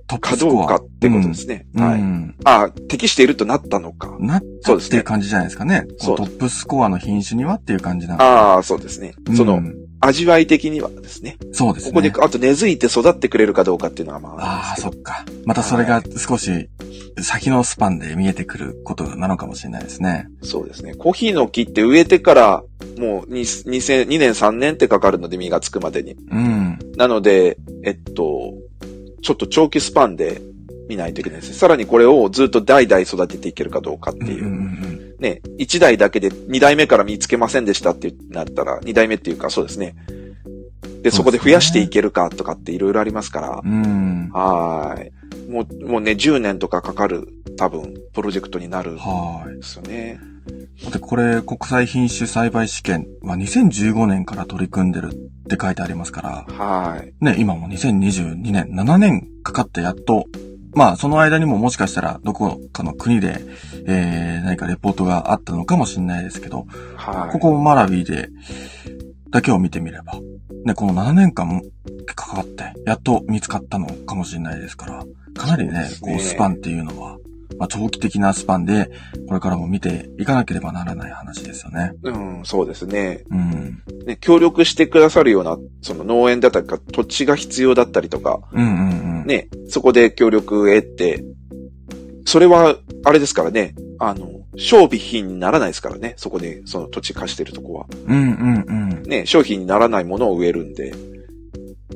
トッかプスどコうア。かってことですね。はうい。ん。あ、適しているとなったのか。なっそたうっですてねいう感じじゃないですかね。そうこトップスコアの品種にはっていう感じなんでああ、そうですね。その、うん味わい的にはですね。そうですこね。こで、あと根付いて育ってくれるかどうかっていうのはまああああ、るんですそっけか。またそれが少し先のスパンで見えてくることなのかもしれないですね。ど、そうですね。コーヒーの木って植えてから、もう 2, 2, 2年3年ってかかるので実がつくまでに。うん。なので、えっと、ちょっと長期スパンで見ないといけないですね。さらにこれをずっと代々育てていけるかどうかっていう。うんうんね、1代だけで2代目から見つけませんでしたってなったら、2代目っていうかそうですね。で、そこで増やしていけるかとかっていろいろありますからう、ん。うんはーい。もう、もうね、10年とかかかる、多分、プロジェクトになるんはーですよね。い。で、これ、国際品種栽培試験は2015年から取り組んでるって書いてありますから、はーい。ね、今も2022年、7年かかってやっと、まあ、その間にももしかしたら、どこかの国で、えー、何かレポートがあったのかもしれないですけど、はい。ここマラビーで、だけを見てみれば、ね、この7年間かかって、やっと見つかったのかもしれないですから、かなりね、そうこですねうスパンっていうのは、まあ、長期的なスパンで、これからも見ていかなければならない話ですよね。うん、そうですね。うん。ね、協力してくださるような、その農園だったりとか、土地が必要だったりとか、うんうんうん。ね、そこで協力を得て、それは、あれですからね、あの、商品にならないですからね、そこで、その土地貸してるとこは。うんうんうん。ね、商品にならないものを植えるんで、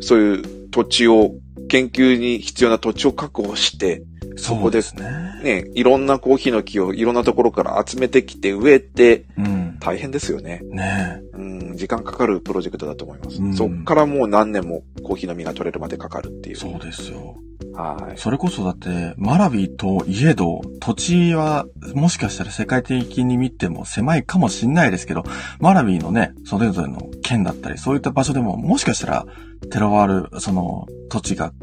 そういう土地を、研究に必要な土地を確保して、そうですね。ね、いろんなコーヒーの木をいろんなところから集めてきて植えて、うん。大変ですよね。ねえ。うん、時間かかるプロジェクトだと思います。うんそっからもう何年もコーヒーの実が取れるまでかかるっていう。そうですよ。はい。それこそだって、マラビーといえど、土地はもしかしたら世界的に見ても狭いかもしんないですけど、マラビーのね、それぞれの県だったり、そういった場所でももしかしたらテロワール、その土地が、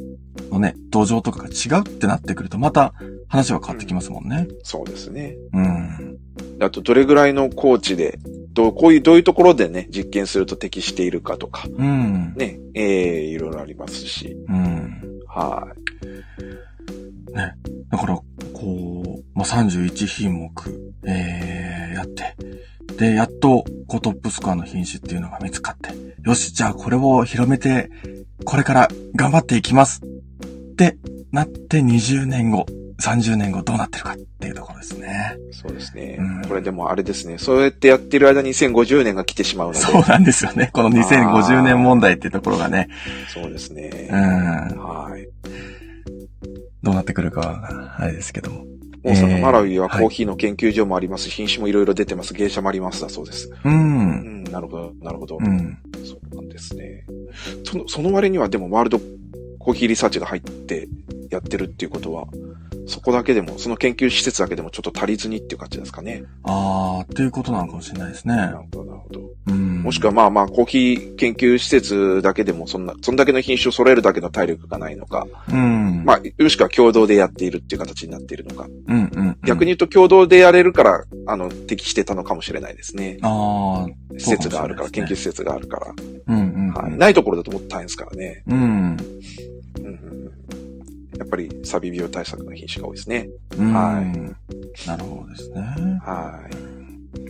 のね、土壌とかが違うってなってくると、また話は変わってきますもんね。そうですね。うん。あと、どれぐらいの高地でどこういう、どういうところでね、実験すると適しているかとか、うん。ね、えー、いろいろありますし、うん。はい。だから、こう、まあ、31品目、えー、やって、で、やっと、こうトップスコアの品種っていうのが見つかって、よし、じゃあこれを広めて、これから頑張っていきますってなって20年後、30年後どうなってるかっていうところですね。そうですね。うんこれでもあれですね、そうやってやってる間に2050年が来てしまうので、そうなんですよね。この2050年問題っていうところがね、そうですね。うんはい。どうなってくるかは、あれですけども。もうそのえーマラウイははいコーヒーの研究所もあります、品種もいろいろ出てます、芸者もありますだそうです。う。うんん、なるほど、なるほど。うん。そうなんですね。その、その割にはでもワールドコーヒーリサーチが入ってやってるっていうことは、そこだけでも、その研究施設だけでもちょっと足りずにっていう感じですかね。あー、っていうことなのかもしれないですなねる。ほど、なるほど。うん。もしくはまあまあ、コーヒー研究施設だけでも、そんな、そんだけの品種を揃えるだけの体力がないのか、うん。まあ、よしくは共同でやっているっていう形になっているのか、うんうんうん。逆に言うと共同でやれるから、あの、適してたのかもしれないですね。ああ、施設があるから、そうか研もしれないですね究施設があるから。うんうん、うん。はい。ないところだともっと大変ですからね。うん。うんうんうんやっぱり、サビ病対策の品種が多いですね。うん。。はいなるほどですね。はい。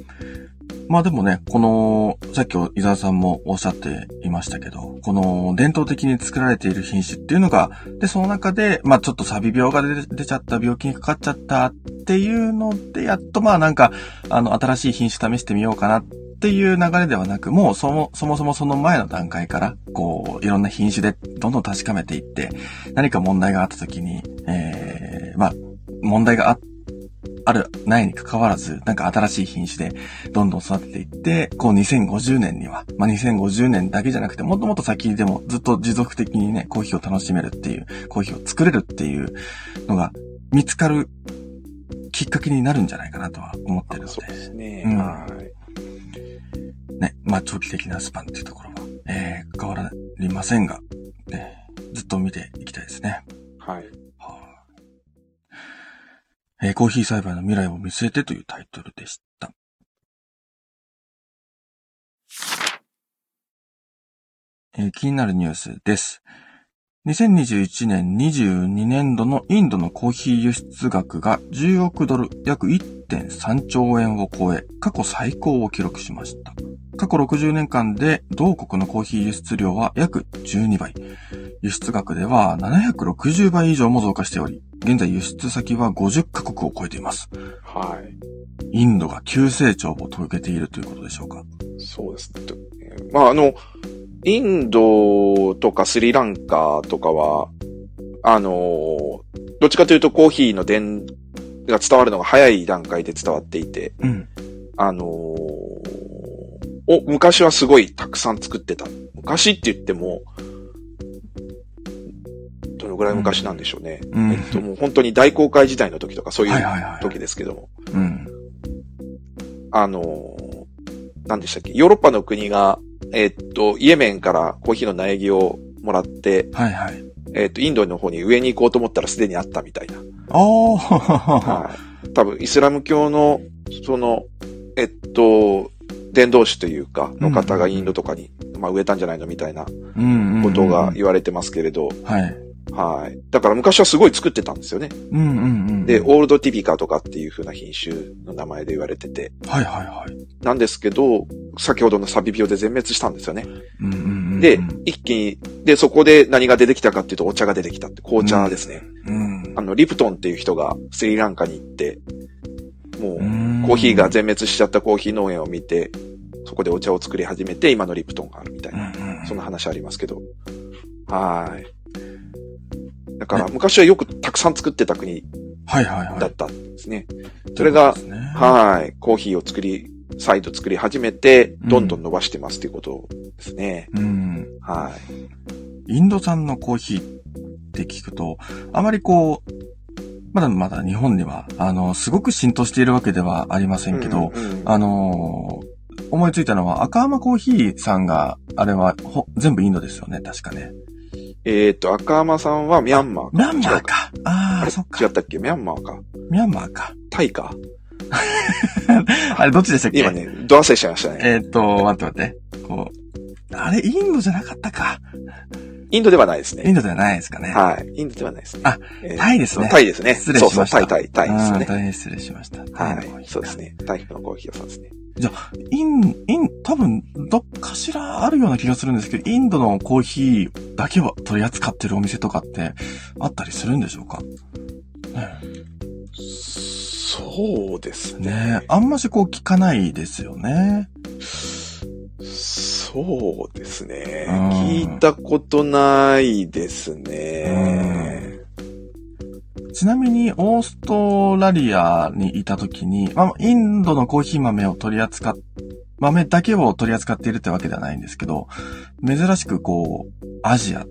まあでもね、この、さっき伊沢さんもおっしゃっていましたけど、この伝統的に作られている品種っていうのが、で、その中で、まあちょっとサビ病が出出ちゃった、病気にかかっちゃったっていうので、やっとまあなんか、あの、新しい品種試してみようかなっていう流れではなく、もうそもそもそもその前の段階から、こう、いろんな品種でどんどん確かめていって、何か問題があった時に、えー、まあ、問題があある、ないに関わらず、なんか新しい品種でどんどん育てていって、こう2050年には、まあ、2050年だけじゃなくて、もっともっと先でもずっと持続的にね、コーヒーを楽しめるっていう、コーヒーを作れるっていうのが見つかるきっかけになるんじゃないかなとは思ってるのそうでで、すね。うんはい。ね、まあ、長期的なスパンっていうところは、えー、変わりませんが、ね、ずっと見ていきたいですね。はい。はいえーコーヒー栽培の未来を見据えてというタイトルでした。えー気になるニュースです。2021年22年度のインドのコーヒー輸出額が10億ドル約1.3兆円を超え、過去最高を記録しました。過去60年間で同国のコーヒー輸出量は約12倍。輸出額では760倍以上も増加しており、現在輸出先は50カ国を超えています。はい。インドが急成長を遂げているということでしょうか。そうですね。とえーまあ、あの、インドとかスリランカとかは、あのー、どっちかというとコーヒーの伝が伝わるのが早い段階で伝わっていて、うん。あのーを昔はすごいたくさん作ってた。昔って言っても、どのぐらい昔なんでしょうね。うん。えっと、もう本当に大航海時代の時とかそういはいうはいはい。時ですけども、うん。あのー何でしたっけ、ヨーロッパの国が、えっと、イエメンからコーヒーの苗木をもらって、はいはい。えっと、インドの方に上に行こうと思ったらすでにあったみたいな。おー。はい。多分、イスラム教の、その、えっと、伝道師というか、の方がインドとかに、まあ、植えたんじゃないのみたいな *laughs* うんうん。ことが。言われてますけれど、はい。はい。だから昔はすごい作ってたんですよね。うんうんうん。で、オはいールドティピカとかっていう風な品種の名前で言われてて、はいはい。なんですけど、先ほどのサビ病で全滅したんですよね。うんうんうん。で、一気に、で、そこで何が出てきたかっていうと、お茶が出てきたって、紅茶ですね。うんあ。の、リプトンっていう人がスリランカに行って、もう、うんコーヒーが。全滅しちゃったコーヒー農園を見て、そこでお茶を作り始めて、今のリプトンがあるみたいうんうな、ん。そんな話ありますけど。はーい。だから、昔はよくたくさん作ってた国はいはいはい。だったんですね。それがということですね、はーい。コーヒーを作り、再度作り始めて、どんどん伸ばしてますっていうことですね。うん。はインド産のコーヒーって聞くと、あまりこう、まだまだ日本では、あの、すごく浸透しているわけではありませい。んけど、うんうんうんあのー思いついたのは赤浜コーヒーさんが、あれはほ全部インドですよね、確かね。えっと、赤浜さんはミャンマーミャンマ違ーうか。か。あああ、れそっ違かっ。たっけミャンマーか。ミャンマーか。タイか。 *laughs* あれ、どっちでしたっけ今。ね、ドアセしちゃいましたね。えーっと、待って待って。こう。あれ、インドじゃなかったか。インドではないですイね。ンドじゃないですかね。はい。インドではないですね。あえー、タイですねタイですね。失礼しました。そうそう、タイ、タイ、タイですうんね。大変失礼しました。はい。そうです。ね。タイプのコーヒー屋さんですね。イン、イン、多分、どっかしらあるような気がするんですけど、インドのコーヒーだけは取り扱ってるお店とかってあったりするんでしょうかねそうですね。ねえあんましこう聞かないですよね。そうですね。うん聞いたことないですね。ちなみに、オーストラリアにいた時に、まあ、インドのコーヒー豆を取り扱っ、豆だけを取り扱っているってわけではないんですけど、珍しくこう、アジア、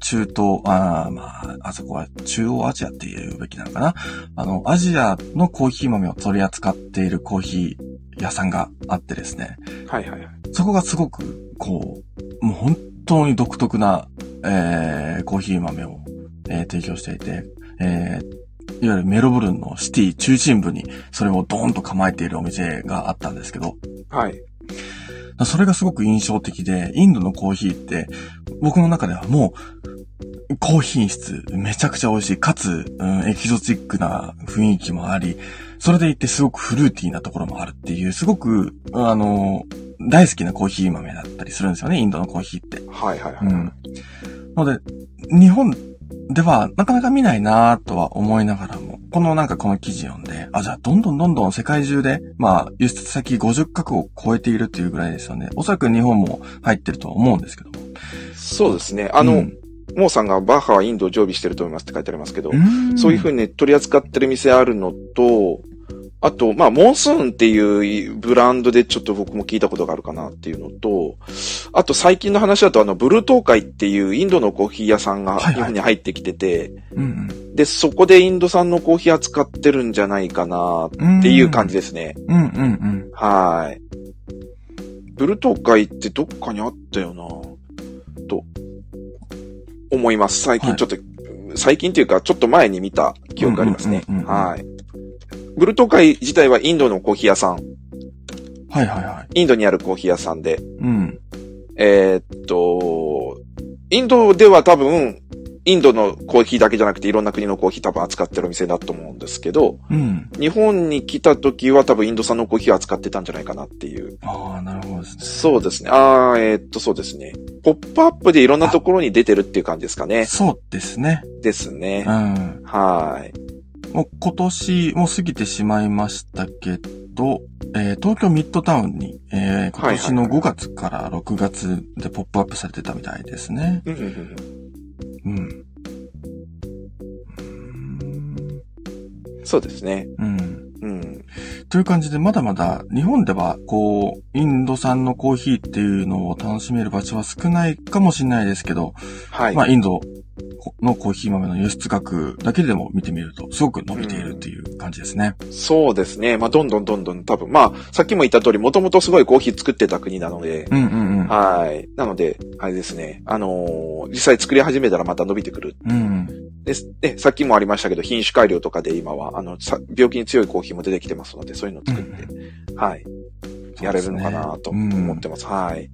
中東、あーまあ、あそこは中央アジアって言うべきなのかな。あの、アジアのコーヒー豆を取り扱っているコーヒー屋さんがあってですね、はいはいはい。そこがすごく、こう、もう本当に独特な、えー、コーヒー豆を、えー提供していて、えー、いわゆるメロブルンのシティ中心部にそれをドーンと構えているお店があったんですけど、はい。それがすごく印象的で、インドのコーヒーって、僕の中ではもう、高品質、めちゃくちゃ美味しい、かつ、うん、エキゾチックな雰囲気もあり、それでいてすごくフルーティーなところもあるっていう、すごく、あの、大好きなコーヒー豆だったりするんですよね、インドのコーヒーって。はいはいはい。うん。ので、日本ではなかなか見ないなぁとは思いながらも、このなんかこの記事読んで、あ、じゃあどんどんどんどん世界中で、まあ輸出先50カ国を超えているというぐらいですよね。おそらく日本も入ってるとは思うんですけども。そうですね。あの、うんモーさんがバッハはインドを常備してると思いますって書いてありますけど、んそういうふうにね取り扱ってる店あるのと、あと、まあ、モンスーンっていうブランドでちょっと僕も聞いたことがあるかなっていうのと、あと最近の話だとあの、ブルー東海っていうインドのコーヒー屋さんがはいはい日本に入ってきてて、うんで、そこでインド産のコーヒー扱ってるんじゃないかなっうん。ていう感じで。ですね。うんうんうん。はい。ブルー東海ってどっかにあったよなと、思います。最は近いちょっと、最近というか、ちょっと前に見た記憶がありますねうんうんう。んうんはい。ブルー東海自体はインドのコーヒー屋さん、はいはいはい。インドにあるコーヒー屋さんで、うん。えーっと、インドでは多分、インドのコーヒーだけじゃなくていろんな国のコーヒー多分扱ってるお店だと思うんですけど、うん。日本に来た時は多分インド産のコーヒーを扱ってたんじゃないかなっていうああ、なるほどですね。そうですね。ああ、えーっと、そうですね。ポップアップでいろんなところに出てるっていう感じですかね。そうですね。ですねう。ん。はーい。もう今年も過ぎてしまいましたけど、えー東京ミッドタウンに、えー今年はのいはいは5い月から6月でポップアップされてたみたいですね。うんうんうんうん。うんそうですね。うん。うん。という感じで、まだまだ日本では、こう、インド産のコーヒーっていうのを楽しめる場所は少ないかもしれないですけど、はい。まあ、インドのコーヒー豆の輸出額だけでも見てみると、すごく伸びているっていう感じですね。そうですね。まあ、どんどんどんどん多分、まあ、さっきも言った通り、もともとすごいコーヒー作ってた国なので、うんうんうん。はーい。なので、あれですね。あのー実際作り始めたらまた伸びてくる。うん。です。で、さっきもありましたけど、品種改良とかで今は、あの、さ病気に強いコーヒーも出てきてますので、そういうのを作って、はい。やれるのかなと思ってます。はい。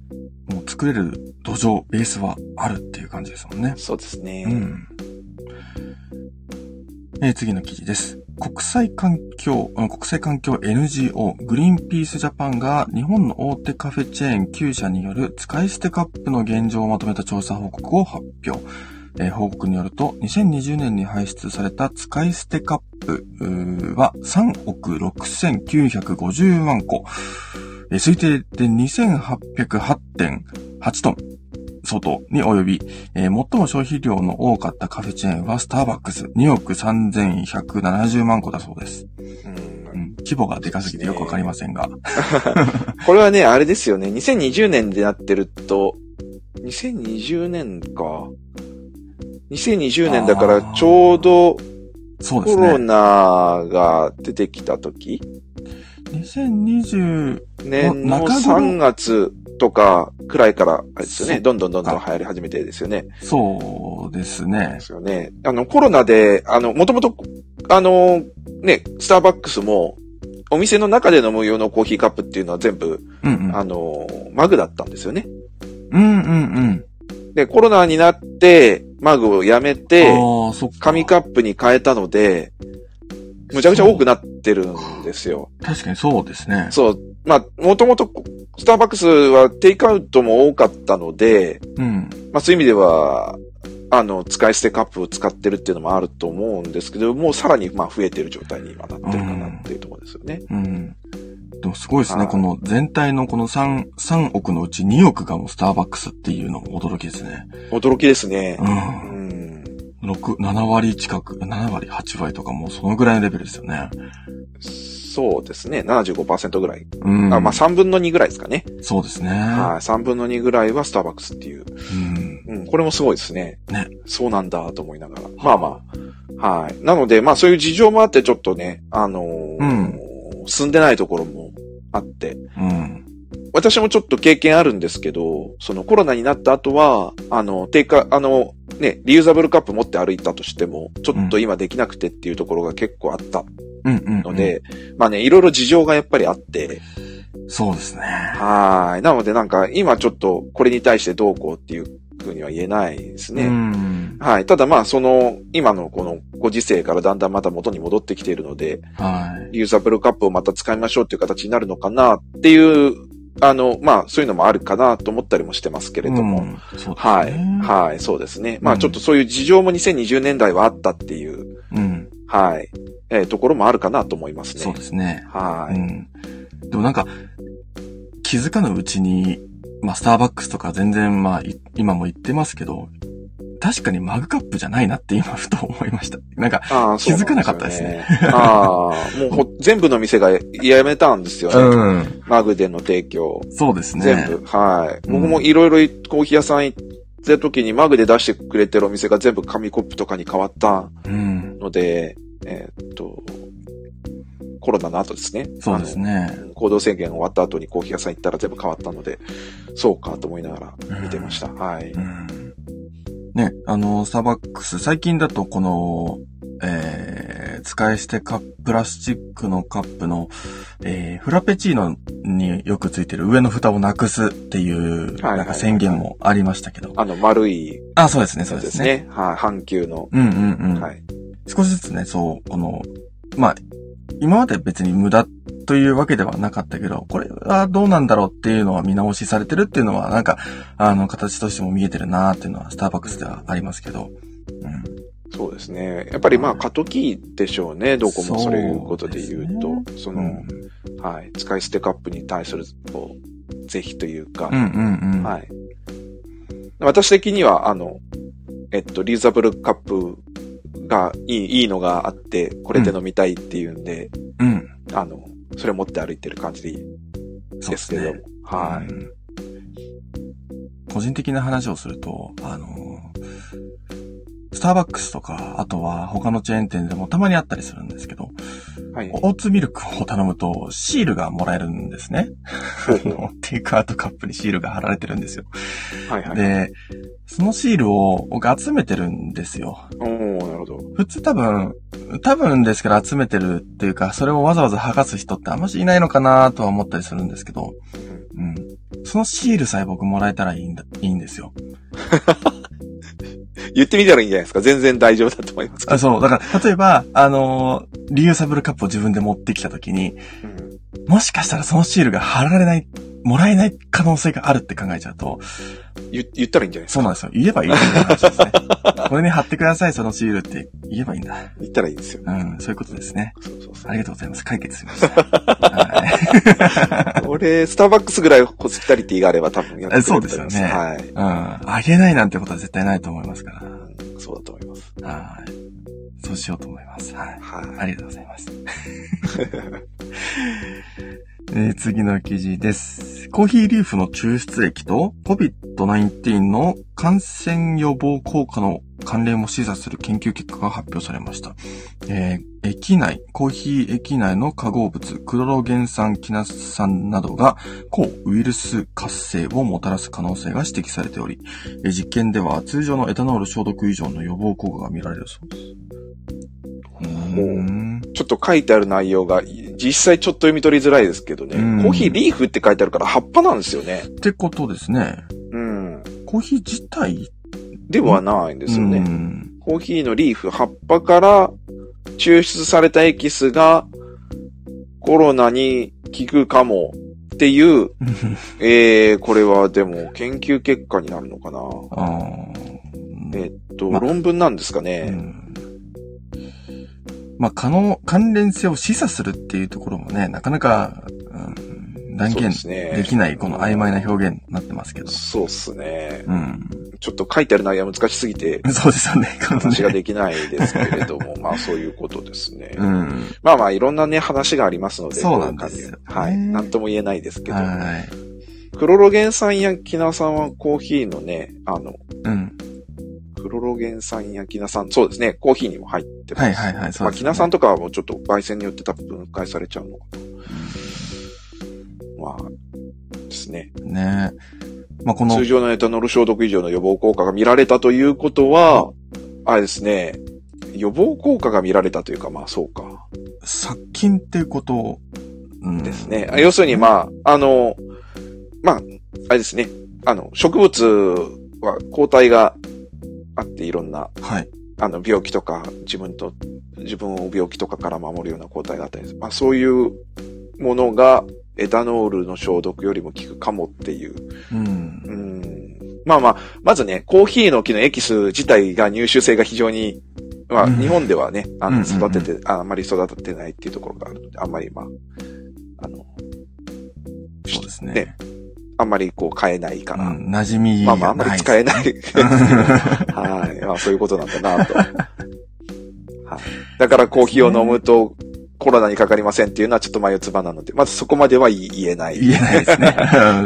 もう作れる土壌、ベースはあるっていう感じですもんね。そうですね。うん。えー次の記事です。国際環境、うん国際環境 NGO グリーンピースジャパンが日本の大手カフェチェーン9社による使い捨てカップの現状をまとめた調査報告を発表。えー報告によると、2020年に排出された使い捨てカップうーは3億6950万個。えー推定で2808.8トン相当に及び、えー最も消費量の多かったカフェチェーンはスターバックス2億3170万個だそうです。うんうん、規模がでかすぎてよくわかりませんが。これはね、あれですよね。2020年でなってると、2020年か。2020年だかあらーちょうどそうコですロね。ナが出てきた時、 2020、年の中頃3月とかくらいから、あれですよそね。っどんどんどんどん流行り始めてですよね。そうですでね。すよね。あの、コロナで、あの、もともと、あの、ね、スターバックスも、お店の中で飲む用のコーヒーカップっていうのは全部、うんうん。あの、マグだったんですよね。うんうんうん。で、コロナになって、マグをやめて、ああ、そっか。紙カップに変えたので、むちゃくちゃ多くなってるんですよ。確かにそうですね。そう。まあ、もともと、スターバックスはテイクアウトも多かったので、うん。まあそういう意味では、あの、使い捨てカップを使ってるっていうのもあると思うんですけど、もうさらにまあ増えてる状態に今なってるかなっていうところですよね。うん。でもすごいですね。はいこの全体のこの3、3億のうち2億がもうスターバックスっていうのも驚きですね。驚きですね。う。うんん。6、7割近く、7割、8割とかもうそのぐらいのレベルですよね。そうですね。75%ぐらい。うん。あまあ3分の2ぐらいですかね。そうですね。はい。3分の2ぐらいはスターバックスっていう。ううん。ん。これもすごいですね。ねそうなんだと思いながら。まあまあ。はい。なので、まあそういう事情もあってちょっとね、あのーうん住んでないところもあって、うん。私もちょっと経験あるんですけど、そのコロナになった後は、あの、定価、あの、ね、リユーザブルカップ持って歩いたとしても、ちょっと今できなくてっていうところが結構あったうんうん、うん。ので、まあね、いろいろ事情がやっぱりあって、そうですね。はーい。なのでなんか、今ちょっとこれに対してどうこうっていうふうには言えないですうね。ん。はい。ただまあ、その、今のこのご時世からだんだんまた元に戻ってきているので、はい。リユーザブルカップをまた使いましょうっていう形になるのかなっていう、あの、まあ、そういうのもあるかなと思ったりもしてますけれども。うん、そうですね。はい。はい、そうですね。まうあんちょっとそういう事情も2020年代はあったっていう、うん。はい、えーところもあるかなと思いますね。そうですね。はうい。ん。でもなんか、気づかぬうちに、まあ、スターバックスとか全然、まあ、い今も言ってますけど、確かにマグカップじゃないなって今、ふと思いました。なんか、あー気づかなかったですね。そうなんですよねああ、もうほ全部の店がやめたんですよね。うん。マグでの提供。そうですね。全部。はい。うん僕もいろいろコーヒー屋さん行った時にマグで出してくれてるお店が全部紙コップとかに変わったうん。ので、えーっと、コロナの後ですね。そうですね。行動制限終わった後にコーヒー屋さん行ったら全部変わったので、そうかと思いながら見てました。はい。うん。ね、あの、スターバックス、最近だとこの、えー、使い捨てカップ、プラスチックのカップの、えー、フラペチーノによくついてる上の蓋をなくすっていう、はいはいなんか宣言もありましたけど。あの、丸いあ、そうですね、そやうつでですすね。ね。はい。半球の。うんうんうん。はい。少しずつね、そう、この、まあ、今まで別に無駄というわけではなかったけど、これはどうなんだろうっていうのは見直しされてるっていうのは、なんか、あの、形としても見えてるなっていうのは、スターバックスではありますけど。うん。そうですね。やっぱりまあ、過渡期でしょうね。どこもそういうことで言うそうと。その、はい。使い捨てカップに対する、こう、是非というかう、んうんうん。はい。私的には、あの、えっと、リーザブルカップがいい、いいのがあって、これで飲みたいっていうんで、うん。あの、それ持って歩いてる感じでいいそうでですすけども。ね。はうい。ん個人的な話をすると、あの、スターバックスとか、あとは他のチェーン店でもたまにあったりするんですけど、はい。オーツミルクを頼むと、シールがもらえるんですね。ほあうのテイクアウトカップにシールが貼られてるんですよ。はいはい。で、そのシールを僕集めてるんですよ。おー、なるほど。普通多分、多分ですけど集めてるっていうか、それをわざわざ剥がす人ってあんましいないのかなとは思ったりするんですけど、うん。そのシールさえ僕もらえたらいいんだ、いいんですよ。言ってみたらいいんじゃないですか。全然大丈夫だと思いますけあど。そう、だから、例えば、あのーリユーサブルカップを自分で持ってきた時に、うんもしかしたらそのシールが貼られない、もらえない可能性があるって考えちゃうと、言言ったらいいんじゃないですそうか。なんですよ。言えばいいっていう話ですね。これに貼ってください、そのシールって言えばいいんだ。言ったらいいですよ。うん、そういうことですね。そうそうそありがとうございます。解決しました。はう。俺、スターバックスぐらいホスピタリティがあれば多分やってくれると思いまえ。はいうん。あげないなんてことは絶対ないと思いますかい。うんそうだと思います。ら。はい。そうしようと思います。はい。はありがとうございます。 *laughs* えー次の記事です。コーヒーリーフの抽出液と COVID-19 の感染予防効果の関連も示唆する研究結果が発表されました。えー液内、コーヒー液内の化合物、クロロゲン酸、キナ酸などが抗ウイルス活性をもたらす可能性が指摘されており、えー実験では通常のエタノール消毒以上の予防効果が見られるそうです。うーんい。ちょっと書いてある内容がい実際ちょっと読み取りづらいですけどね。うんコーヒーリーフって書いてあるから葉っぱなんですよね。ってことですね。うん。コーヒー自体ではないんですよね。うんコーヒーのリーフ、葉っぱから抽出されたエキスがコロナに効くかもっていう、えー、これはでも研究結果になるのかな。あーえっと、ま論文なんですかうね。んまあ、可能、関連性を示唆するっていうところもね、なかなか、うん、断そうで言すね。できない、この曖昧な表現になってますけど。そうっすね。うん。ちょっと書いてある内容は難しすぎて、そうですよね、このね話ができないですけれ *laughs* ども、まあそういうことですね。うん。まあまあいろんなね、話がありますので、そうなんですよこういう感じねはい。なんとも言えないですけど、はい。クロロゲン酸やキナ酸はコーヒーのね、あの、うん。クロロゲン酸やキナ酸、そうですね、コーヒーにも入ってます。はいはいはい、そまあ、うです、キね。ナ酸とかはもうちょっと焙煎によって多分分解されちゃうのかな。まあ、ですね。ねまあ、この、通常のエタノール消毒以上の予防効果が見られたということは、あれですね、予防効果が見られたというか、まあそうか。殺菌っていうことうん、ですね。あ要するに、まあ、あの、まあ、あれですね、あの、植物は抗体があっていろんなはい。あの、病気とか、自分と、自分を病気とかから守るような抗体があったりするまあ、そういうものが、エタノールの消毒よりも効くかもっていう。うん。うん。まあまあ、まずね、コーヒーの木のエキス自体が入手性が非常に、まあ、うん日本ではね、あうの、んうんうん育てて、ああんまり育ててないっていうところがあるので、あんまりまあ、あの、そうですね。ねあんまりこう買えないかうら、ん、馴染みまがあまあ、あんまり使ええないですけど。 *laughs* *laughs* はい。まあ、そういうことなんだなと。はい。だからコーヒーを飲むとコロナにかかりませんっていうのはちょっと眉唾なので、まずそこまでは言い言えない。言えないですね。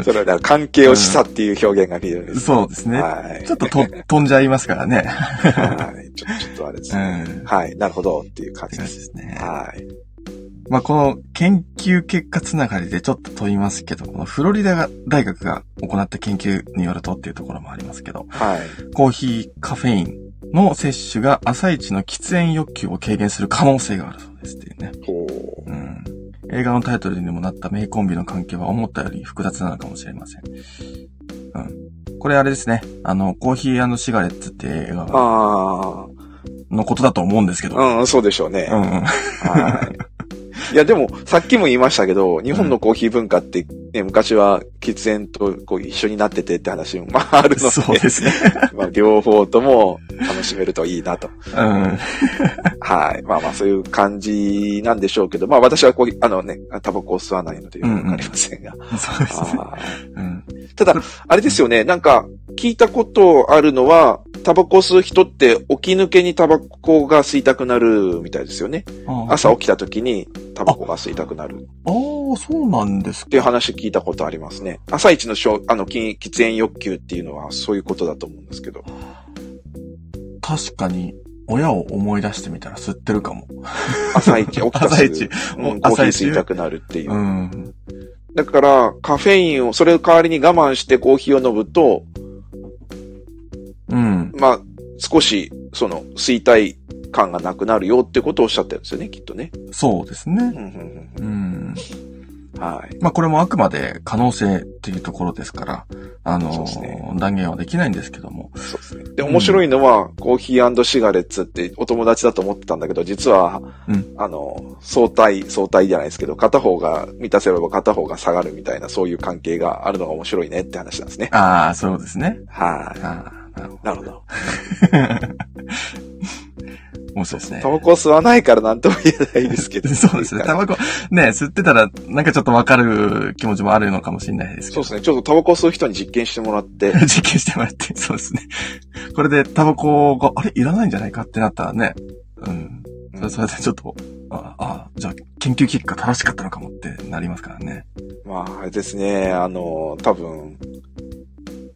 *laughs* それはだから関係を示唆っていう表現が非常にうでんす。そうですね。はい。ちょっとと飛んじゃいますからね。はい。ちょちょっとあれですうね。ん。ってはい。なるほどっていう感じ感でじす。ですね。はい。まあ、この研究結果つながりでちょっと問いますけど、このフロリダ大学が行った研究によるとっていうところもありますけど、はい。コーヒー、カフェインの摂取が朝一の喫煙欲求を軽減する可能性があるそうですっていうね。ほうん。映画のタイトルにもなった名コンビの関係は思ったより複雑なのかもしれません。うん。これあれですね。あの、コーヒーシガレッツっていう映う。画あのことだと思うんですけど。あ。うん、そうでしょうね。う *laughs* んうん。はい。いや、でも、さっきも言いましたけど、日本のコーヒー文化って、ね、昔は喫煙とこう一緒になっててって話も、まあ、あるのそうで、ですね。まあ、両方とも楽しめるといいなと。うん。はい。まあまあ、そういう感じなんでしょうけど、まあ、私はこう、あのね、タバコを吸わないのでよくわかりませんが。 *laughs* そうですね。あーうん。ただ、あれですよね、なんか、聞いたことあるのは、タバコ吸う人って、起き抜けにタバコが吸いたくなるみたいですよね。あ朝起きた時にタバコが吸いたくなる。あー、そうなんですっか。ていう話聞いたことありますね。朝一のしょあの禁喫煙欲求っていうのはそういうことだと思うんですけど。確かに、親を思い出してみたら吸ってるかも。 *laughs* 朝一、起きた朝す一ぐ、うん、コーヒ朝ー一吸いたくなるっていうう。ん。だから、カフェインを、それを代わりに我慢してコーヒーを飲むと、うん。まあ、少し、その、吸いたい感がなくなるよってことをおっしゃってるんですよね、きっとね。そうですうね。んうんうん。うんはい。まあこれもあくまで可能性っていうところですから、あのそうですね断言はできないんですけども。そうですね。で、面白いのは、コーヒーシガレッツってお友達だと思ってたんだけど、実は、うんあの、相対、相対じゃないですけど、片方が満たせれば片方が下がるみたいな、そういう関係があるのが面白いねって話なんですね。ああ、そうですね。はああ、なるほい。なるほど。ど。面白いですねタ。バコ吸わないからなんとも言えないですけど。 *laughs* そうですね。タバコ、ね、吸ってたら、なんかちょっとわかる気持ちもあるのかもしれないですけそど。うですね。ちょっとタバコ吸う人に実験してもらって、ね。実験してもらって、そうですね。これでタバコが、あれいらないんじゃないかってなったらね、うん。それそれでちょっと、ああ、じゃあ研究結果正しかったのかもってなりますからね。まあ、あれですね、あの、多分、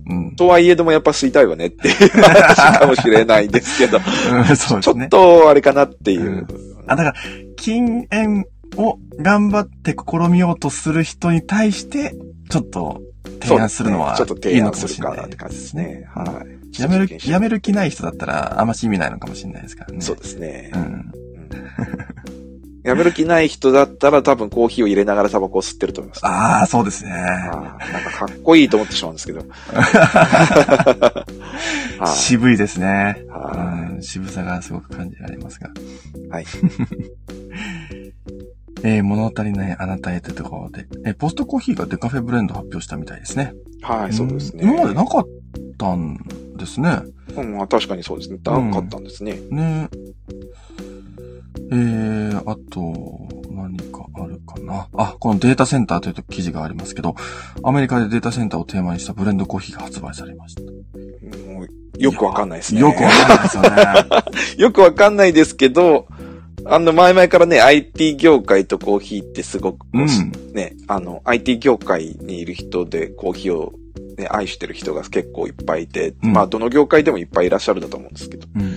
うん。とはいえどもやっぱ吸いたいわねっていう話かもしれないんですけど、うん *laughs* そうでちょすっね。とあれかなっていう。うんあ、だから、禁煙を頑張って試みようとする人に対して、ちょっと提案するのは、そうですねちょっと提案すいるいのかもしなれいって感じですね。はい。やめちょっとる実験、してやめる気ない人だったら、あんまし意味ないのかもしれないですからね。そうですねう。ん。うんやめる気ない人だったら多分コーヒーを入れながらタバコを吸ってると思います。ああ、そうですね。あーなんかかっこいいと思ってしまうんで *laughs* すけど。はい渋いですね。はうん渋さがすごく感じられますが。はい。 *laughs* えー物足りないあなたへというところで、えーポストコーヒーがデカフェブレンド発表したみたいですね。はい、そうですね。ん今までなかったんですね。うん、あ確かにそうですね。高かったんですね。ね。えー、あと、何かあるかな。あ、このデータセンターという記事がありますけど、アメリカでデータセンターをテーマにしたブレンドコーヒーが発売されました。もうよくわかんないですね。よくわかんないですよね。よくわかんないですけど、あの、前々からね、IT 業界とコーヒーってすごく、うん。ね、あの、IT 業界にいる人でコーヒーを、ね、愛してる人が結構いっぱいいて、うんまあ、どの業界でもいっぱいいらっしゃるんだと思うんですけど、うんうん。っ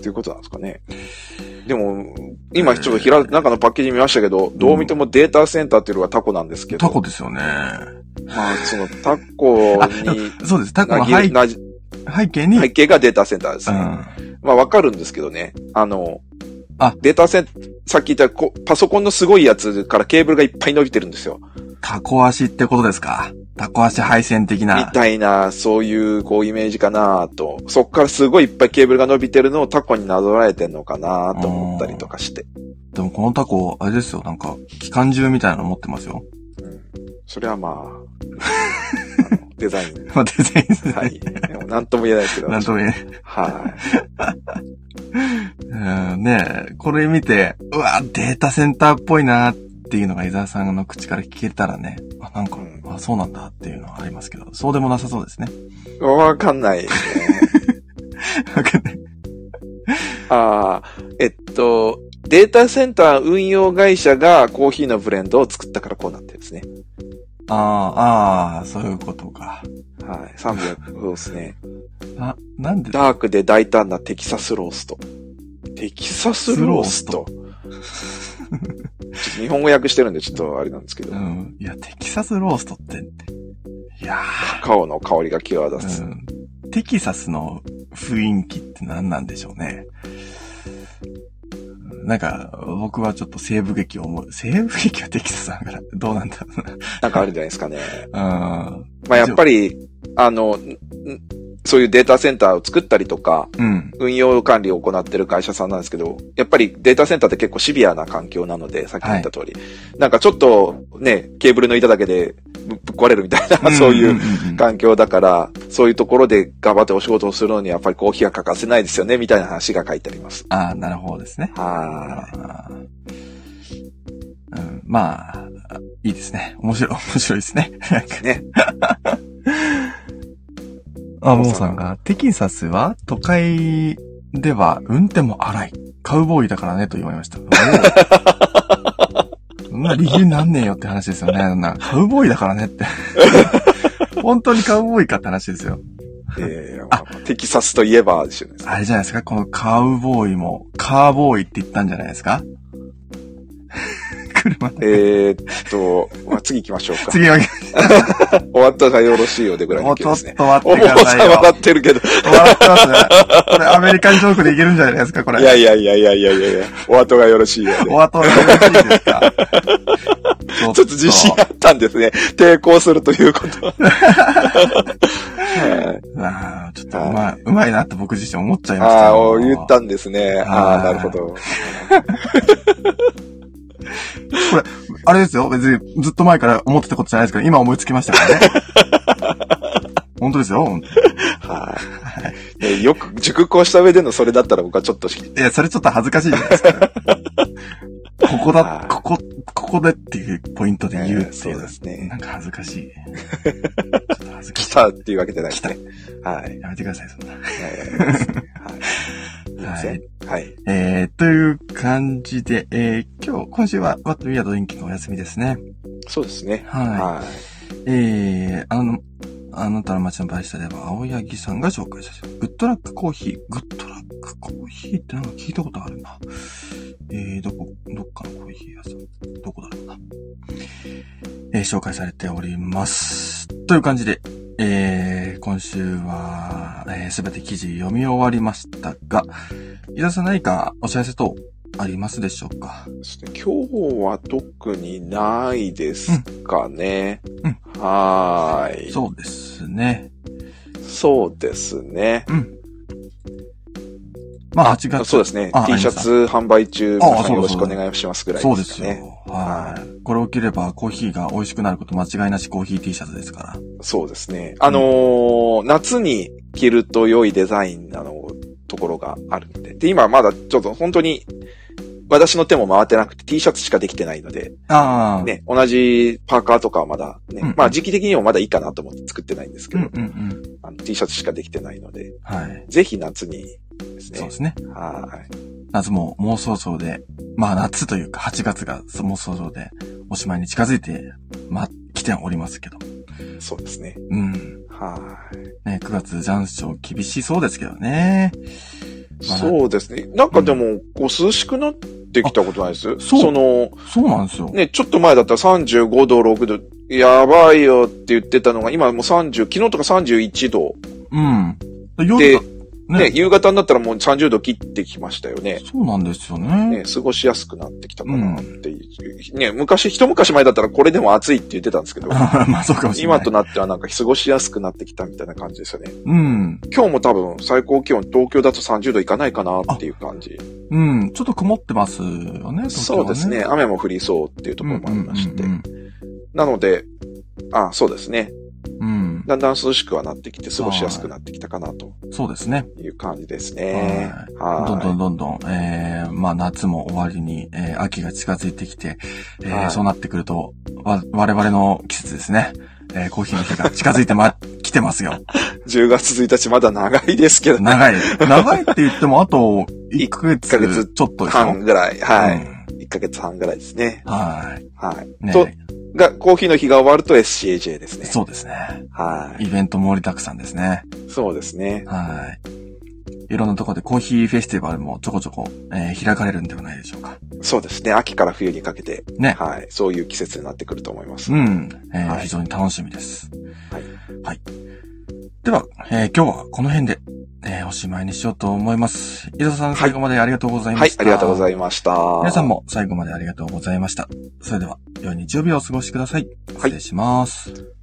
ていうことなんですかね。でも、今ちょっとひら、中のパッケージ見ましたけど、どう見てもデータセンターっていうのがタコなんですけど、タコですよね。まあ、そのタコに、そうです。タコなのぎる背な背景に、背景がデータセンターですうね。ん。まあわかるんですけどね。あの、あデータセン、さっき言ったこパソコンのすごいやつからケーブルがいっぱい伸びてるんですよ。タコ足ってことですかタコ足配線的みな。たいな、そういう、こう、イメージかなと。そっからすごいいっぱいケーブルが伸びてるのをタコになぞらえてんのかなと思ったりとかして。でもこのタコ、あれですよ。なんか、機関銃みたいなの持ってますよ。うんそれはまあ、あの *laughs* デザイン。まあ、デザインですね。はい。でもなんとも言えないですけど。なんとも言えないはうんねえ、これ見て、うわ、データセンターっぽいなっていうのが伊沢さんの口から聞けたらね、あ、なんか、うんあ、そうなんだっていうのはありますけど、そうでもなさそうですね。い。わかんないですね。わかんないああ、えっと、データセンター運用会社がコーヒーのブレンドを作ったからこうなってるんですね。あーあー、そういうことか。はい。300、そうですね。あ、なんで、ダークで大胆なテキサスロースト。テキサスロースト。ちょっと日本語訳してるんでちょっとあれなんですけどう、ん。いや、テキサスローストって、いやカオの香りが際立つー、。うん、テキサスの雰囲気って何なんでしょうね。なんか、僕はちょっと西部劇を思う。西部劇はテキサスだから、どうなんだろうな。なんかあるんじゃないですかね。あまあやっぱり、あの、んんそういうデータセンターを作ったりとか、あ、うん。運用管理を行ってる会社さんなんですけど、やっぱりデータセンターって結構シビアな環境なので、さっき言った通り。なんかちょっとね、ケーブルの板だけでぶぶっ壊れるみたいな、そういうんんうん環境だから、そういうところで頑張ってお仕事をするのにやっぱりコーヒーは欠かせないですよね、みたいな話が書いてあります。ああ、なるほどですね。はあーうん、まあ、いいですね。面白い、 *laughs* 面白いですね。なんかね。 *laughs* あ、もうさんが、テキサスは都会では運転も荒い。カウボーイだからね、と言われました。おー *laughs* そんな理由なんねえよって話ですよね。そんなカウボーイだから *laughs* ねって。本当にカウボーイかって話ですよ。い。えーまあテキサスといえばですよね。あれじゃないですか、このカウボーイも、カーボーイって言ったんじゃないですか車で。えーっと、 *laughs* まあ、次行きましょうか。次は、終わったらよろしいようでぐらいものう勢ちいょでっすね。と待っおて坊くだささんいよ。笑ってるけど、笑ってますね。これアメリカンジョークでいけるんじゃないですか、これ。いやいやいやいやいやいやいや、お後がよろしいようで。お後がよろしいですかちょ *laughs* っちょっと自信あったんですね。抵抗するという *laughs* こと。はいあーちょっとうまい、うまいなって僕自身思っちゃいましたよ。ああ、お言ったんですね。ああ、なるほど。あれですよ、別にずっと前から思ってたことじゃないですけど、今思いつきましたからね。 *laughs* 本当ですよ。はいえ。よく熟考した上でのそれだったら僕はちょっとし、いや、それちょっと恥ずかしいじゃないです *laughs* か。ここはだい、ここ、ここでっていうポイントで言うっていそうう。ですねな。んか恥ずかしい。ちょっと恥ずかし来い。たっていうわけじゃないですね。 *laughs* はい。やめてください、そんな。はい。いいはいですねはい。えー、という感じで、えー、今日、今週は、ワットビアドリンキングお休みですね。そうですね。は。はいえー、あの、あなたの街のバリスタでは、青柳さんが紹介されてる。グッドラックコーヒー。グッドラックコーヒーってなんか聞いたことあるな。えー、どこ、どっかのコーヒー屋さん。どこだろうな。えー、紹介されております。という感じで、えー、今週は、えー、すべて記事読み終わりましたが、伊沢さん何かお知らせとありますでしょうかですね今日は特にないですかね。うんはーい。そうですね。そうですね。うん。まあ、8月。そうですねあ。 T シャツ販売中、あ皆さんそうだよろしくお願いしますぐらいそうでですすかね。よ。はい。これを着ればコーヒーが美味しくなること間違いなしコーヒー T シャツですから。そうですね。あのー夏に着ると良いデザインなのところがあるんで。で、今まだちょっと本当に私の手も回ってなくて T シャツしかできてないので、ああ。。ね、同じパーカーとかはまだね、うんまあ時期的にもまだいいかなと思って作ってないんですけど、うんうんうん。あの T シャツしかできてないので、はい。ぜひ夏にですそうねで。すね。はい。夏ももうそろそろで、まあ夏というか8月がもうそろそろでおしまいに近づいて、まあ来ておりますけど。そうですね。うん。はい。ね、9月残暑厳しそうですけどね。まあそうですね。なんかでも、こう涼しくなってきたことないですそそうの、そうなんですよ。ね、ちょっと前だったら35度、6度、やばいよって言ってたのが、今もう30、昨日とか31度。うん。で夜がね、ね夕方になったらもう30度切ってきましたよね。そうなんですよね。ね、過ごしやすくなってきたかなっていう。ね、昔、一昔前だったらこれでも暑いって言ってたんですけど、 *laughs* まあそうかもしれない。今となってはなんか過ごしやすくなってきたみたいな感じですよね。うん。今日も多分最高気温東京だと30度いかないかなっていう感じ。うん。ちょっと曇ってますよね、東京そはうですね。。雨も降りそうっていうとうこんうろんもありましてう。んなので、あ、そうですね。うん。だんだん涼しくはなってきて、過ごしやすくなってきたかなとうんそうですね。いう感じですね。はい。どんどんどんどん、えー、まあ夏も終わりに、えー、秋が近づいてきて、えーはいそうなってくると、わ、我々の季節ですね。えー、コーヒーの日が近づいてま、 *laughs* 来てますよ。 10月1日まだ長いですけど、長い。長いって言っても、あと、1ヶ月、一ヶ月ちょっとですよ。半ぐらい。は。はい1ヶ月半ぐらいですね。は。はいねとい。が、コーヒーの日が終わると SCAJ ですね。そうですね。はイベント盛りだくさんですね。い。そうですね。はい。いろんなところでコーヒーフェスティバルもちょこちょこ、えー開かれるんではないでしょうか。そうですね。秋から冬にかけて、ね。はい。そういう季節になってくると思います。うはん、えーはい非常に楽しみです。はい。はい。では、えー今日はこの辺で、えーおしまいにしようと思います。伊沢さん、い最後までありがとうございまいし。た。ありがとうございいました。皆さん。も最後までありがとうございました。それでは、良い日曜日をお過ごしください。失礼します。